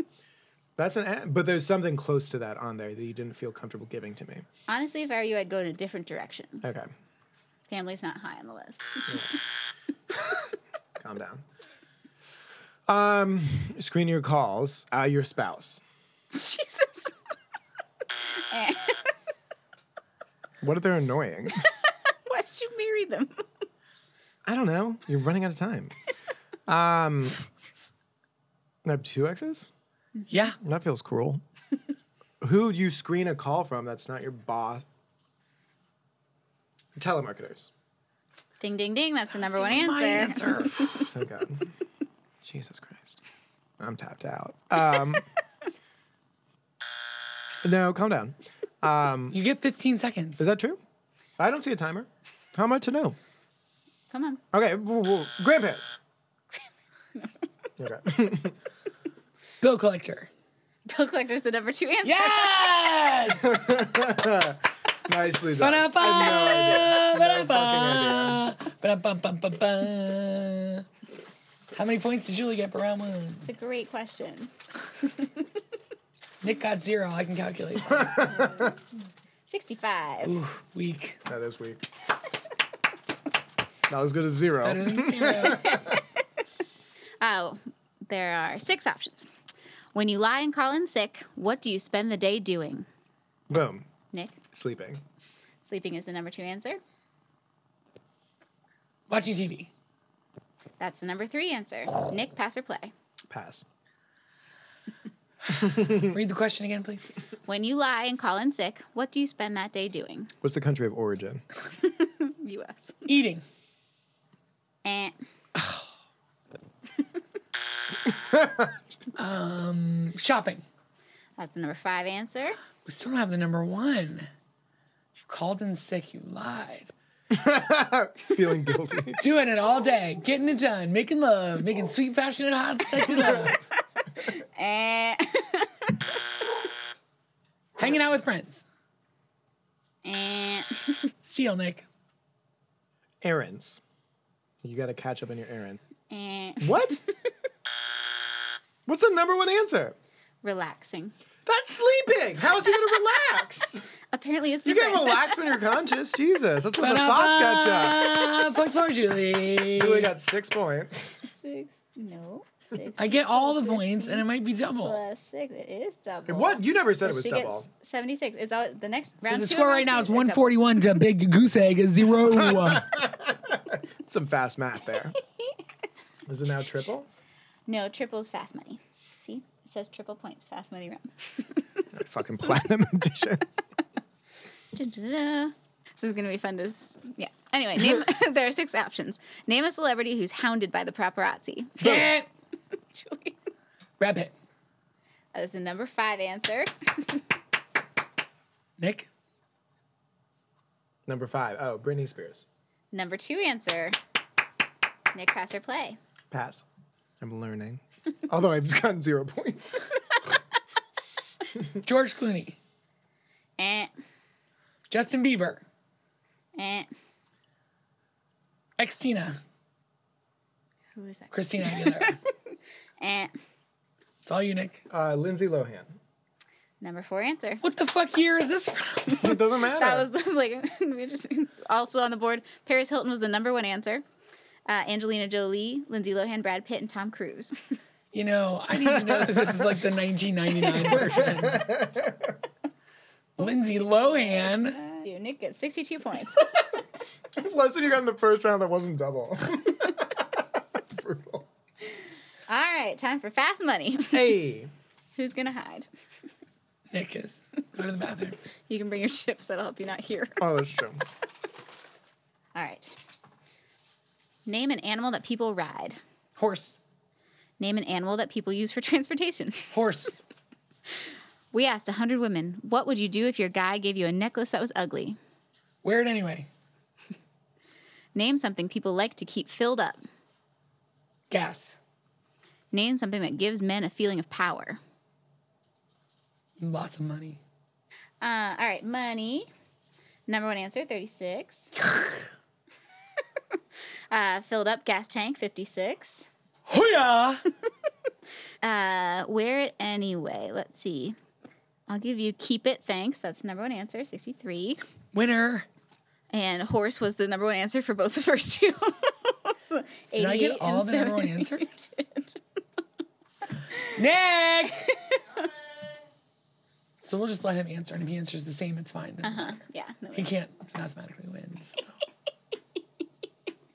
That's an ad, but there's something close to that on there that you didn't feel comfortable giving to me. Honestly, if I were you, I'd go in a different direction. Okay, Family's not high on (laughs) the list. (laughs) calm down. Um, screen your calls, uh, your spouse. Jesus. (laughs) Eh. What if they're annoying? Why'd you marry them? I don't know. You're running out of time. Um, I have two exes. Yeah. That feels cruel. Who you screen a call from that's not your boss? Telemarketers. Ding, ding, ding. That's the number one My answer. answer. (laughs) Thank God. Jesus Christ. I'm tapped out. (laughs) Um, no, calm down. You get 15 seconds. Is that true? I don't see a timer. How am I to know? Come on. (laughs) Okay, w- w- (laughs) grandparents. okay. (laughs) Bill collector. Bill collector's the number two answer. Yes! Nicely done. (laughs) Ba-da-ba, ba-da-ba, ba-da-ba-ba-ba-ba. How many points did Julie get for round one? It's a great question. Nick got zero. I can (laughs) calculate. 65. Weak. That is weak. Not as good as zero. Better than zero. Oh, there are six options. When you lie and call in sick, what do you spend the day doing? Boom. Nick, Sleeping. sleeping is the number two answer. Watching TV. That's the number three (sighs) answer. Nick, pass or play. Pass. Read the question again, please. When you lie and call in sick, what do you spend that day doing? What's the country of origin? U.S. Eating. Eh. Shopping. That's the number five answer. We still don't have the number one. You called in sick. You lied. Feeling (laughs) guilty. Doing it all day. Getting it done. Making love. Making sweet, passionate, hot, (laughs) sexy love. Eh. Hanging out with friends. eh. Seal, Nick. Errands. You got to catch up on your errand. Eh. What? What's the number one answer? Relaxing. That's sleeping. How is he going to relax? Apparently, it's You different. can't (laughs) relax when you're conscious. Jesus. That's when Oh, the thoughts got Ah, (laughs) Points for Julie. you. Julie got six points. Six. No. Six. I get all the points, and it might be double. Plus six. It is double. What? You never said it So was she double. gets 76. It's all the next So round. the two score and right round now two is are double. 141 to Big Goose Egg is (laughs) zero. Some fast math there. Is it now (laughs) triple? No, triple's fast money. See? It says triple points, fast money (laughs) round. Fucking platinum edition. Dun-dun-dun. This is going to be fun to. s- Yeah. (laughs) Anyway, name, (laughs) there are six options. Name a celebrity who's hounded by the paparazzi. Get (laughs) Julie. Brad Pitt. That is the number five answer. Nick. Number five. Oh, Britney Spears. Number two answer. Nick pass or play. Pass. I'm learning. Although I've gotten zero points. George Clooney. Eh, Justin Bieber. eh. Ex Tina. Who is that? Christina Aguilera. Eh. it's all you, Nick. Uh, Lindsay Lohan. Number four answer. What the fuck year is this from? It doesn't matter. That was, (laughs) that was like we just- also on the board. Paris Hilton was the number one answer. Uh, Angelina Jolie, Lindsay Lohan, Brad Pitt, and Tom Cruise. You know, I need to know that this is like the 1999 version. Lindsay Lohan. Dude, Nick gets 62 points. It's less than you got in the first round that wasn't double. (laughs) Brutal. (laughs) All right, time for fast money. (laughs) Hey. Who's gonna hide? Nick is. Go to the bathroom. You can bring your (laughs) chips. That'll help you not hear. Oh, that's true. All right. Name an animal that people ride. Horse. Name an animal that people use for (laughs) transportation. Horse. We asked 100 women, what would you do if your guy gave you a necklace that was ugly? Wear it anyway. Name something people like to keep filled up. Gas. Name something that gives men a feeling of power. Lots of money. Uh, all right, money. Number one answer, 36. uh, filled up gas tank, 56. Hooyah! Uh, wear it anyway. Let's see. I'll give you keep it, thanks. That's number one answer, 63. Winner. And horse was the number one answer for both the first two. (laughs) So Did I 88 get and all the number (laughs) one answers? 78. Nick! so we'll just let him answer, and if he answers the same, it's fine. Doesn't matter. Yeah. no He worries. can't mathematically win. so.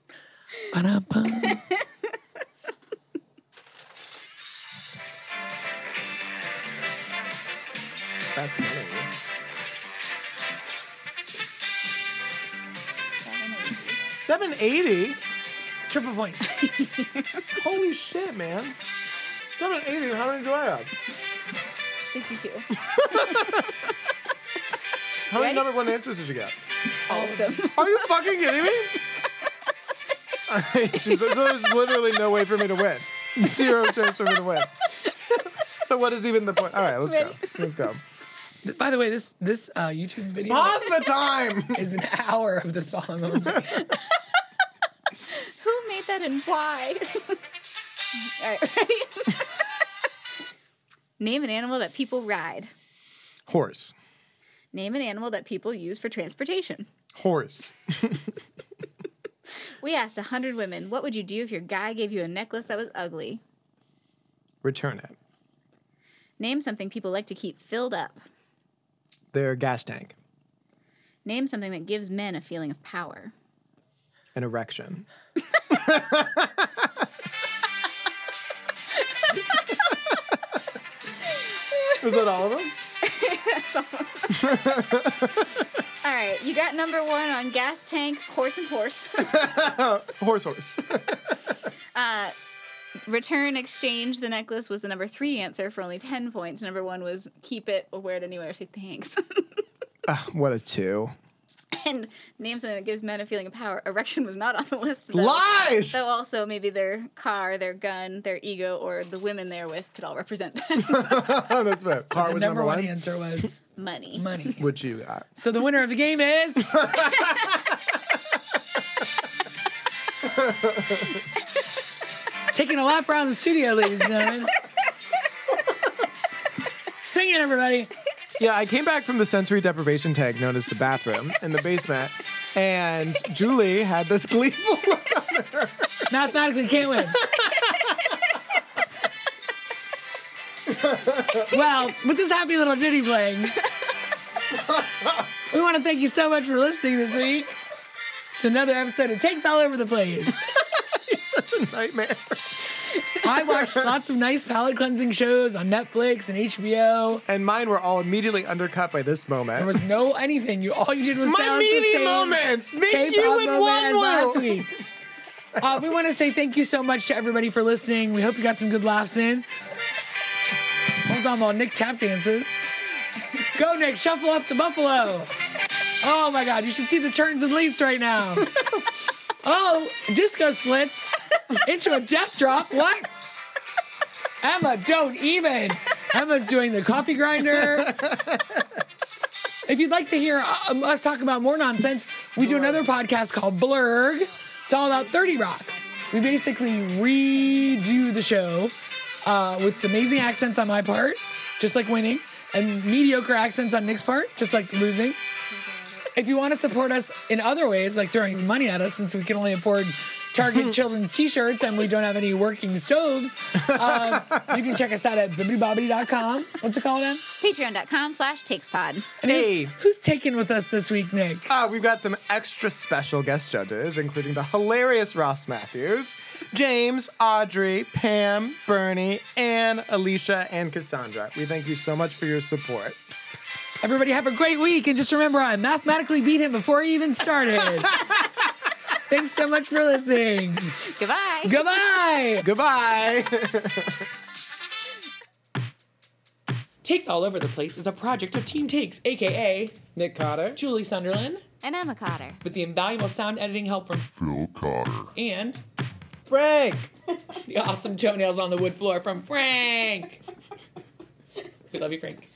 (laughs) Ba-da-ba. That's amazing. Seven eighty. Triple point. Holy shit, man. Stop it, Amy. How many do I have? 62. How many Ready? number one answers did you get? All of (laughs) them. Are you fucking kidding me? I (laughs) hate you. So there's literally no way for me to win. Zero chance for me to win. so what is even the point? All right, let's go. Ready? Let's go. Th- (laughs) By the way, this this uh, YouTube video Pause the time. is an hour of the song only. Who made that and why? (laughs) All right, (laughs) ready? Name an animal that people ride. Horse. Name an animal that people use for transportation. Horse. We asked 100 women, what would you do if your guy gave you a necklace that was ugly? Return it. Name something people like to keep filled up. Their gas tank. Name something that gives men a feeling of power. An erection. Was that all of them? (laughs) All right, you got number one on gas tank, horse, and horse. (laughs) Horse, (laughs) horse. Return, exchange, the necklace was the number three answer for only 10 points. Number one was keep it or wear it anywhere, say thanks. (laughs) Ah, what a two. and name something that gives men a feeling of power. Erection was not on the list. Though. Lies! So also maybe their car, their gun, their ego, or the women they're with could all represent (laughs) that. (laughs) That's right. Car was Number number one one. answer was Money. money. What you got? So the winner of the game (laughs) is taking a lap around the studio, ladies and (laughs) gentlemen. Sing it, everybody. Yeah, I came back from the sensory deprivation tank known as the bathroom in the basement, and Julie had this gleeful. (laughs) Mathematically can't win. well, with this happy little ditty playing, we want to thank you so much for listening this week to another episode of Takes All Over the Place. such a nightmare. I watched lots of nice palate cleansing shows on Netflix and HBO. And mine were all immediately undercut by this moment. There was no anything. You all you did was My sound the meaty same moments. Make K-pop you in moment as one last room. week. Uh, we want to say thank you so much to everybody for listening. We hope you got some good laughs in. Hold on while Nick tap dances. Go, Nick, shuffle off to Buffalo. Oh my God, you should see the turns and leaps right now. Oh, disco splits into a death drop. What? Emma, don't even. Emma's doing the coffee grinder. If you'd like to hear um, us talk about more nonsense, we do another podcast called Blurg. It's all about 30 Rock. We basically redo the show uh, with amazing accents on my part, just like winning, and mediocre accents on Nick's part, just like losing. If you want to support us in other ways, like throwing money at us, since we can only afford Target children's t-shirts and we don't have any working stoves, uh, you can check us out at bibbidybobby.com. What's it called, Em? Patreon.com slash takespod. And who's- Hey. Who's taking with us this week, Nick? Uh, we've got some extra special guest judges, including the hilarious Ross Matthews, James, Audrey, Pam, Bernie, Anne, Alicia, and Cassandra. We thank you so much for your support. Everybody have a great week, and just remember, I mathematically beat him before he even started. Thanks so much for listening. Goodbye. Goodbye. Goodbye. (laughs) Takes All Over the Place is a project of Team Takes, aka Nick Cotter. Julie Sunderland, And I'm a cotter. with the invaluable sound editing help from Phil Cotter. and Frank. the awesome toenails on the wood floor from Frank. we love you, Frank.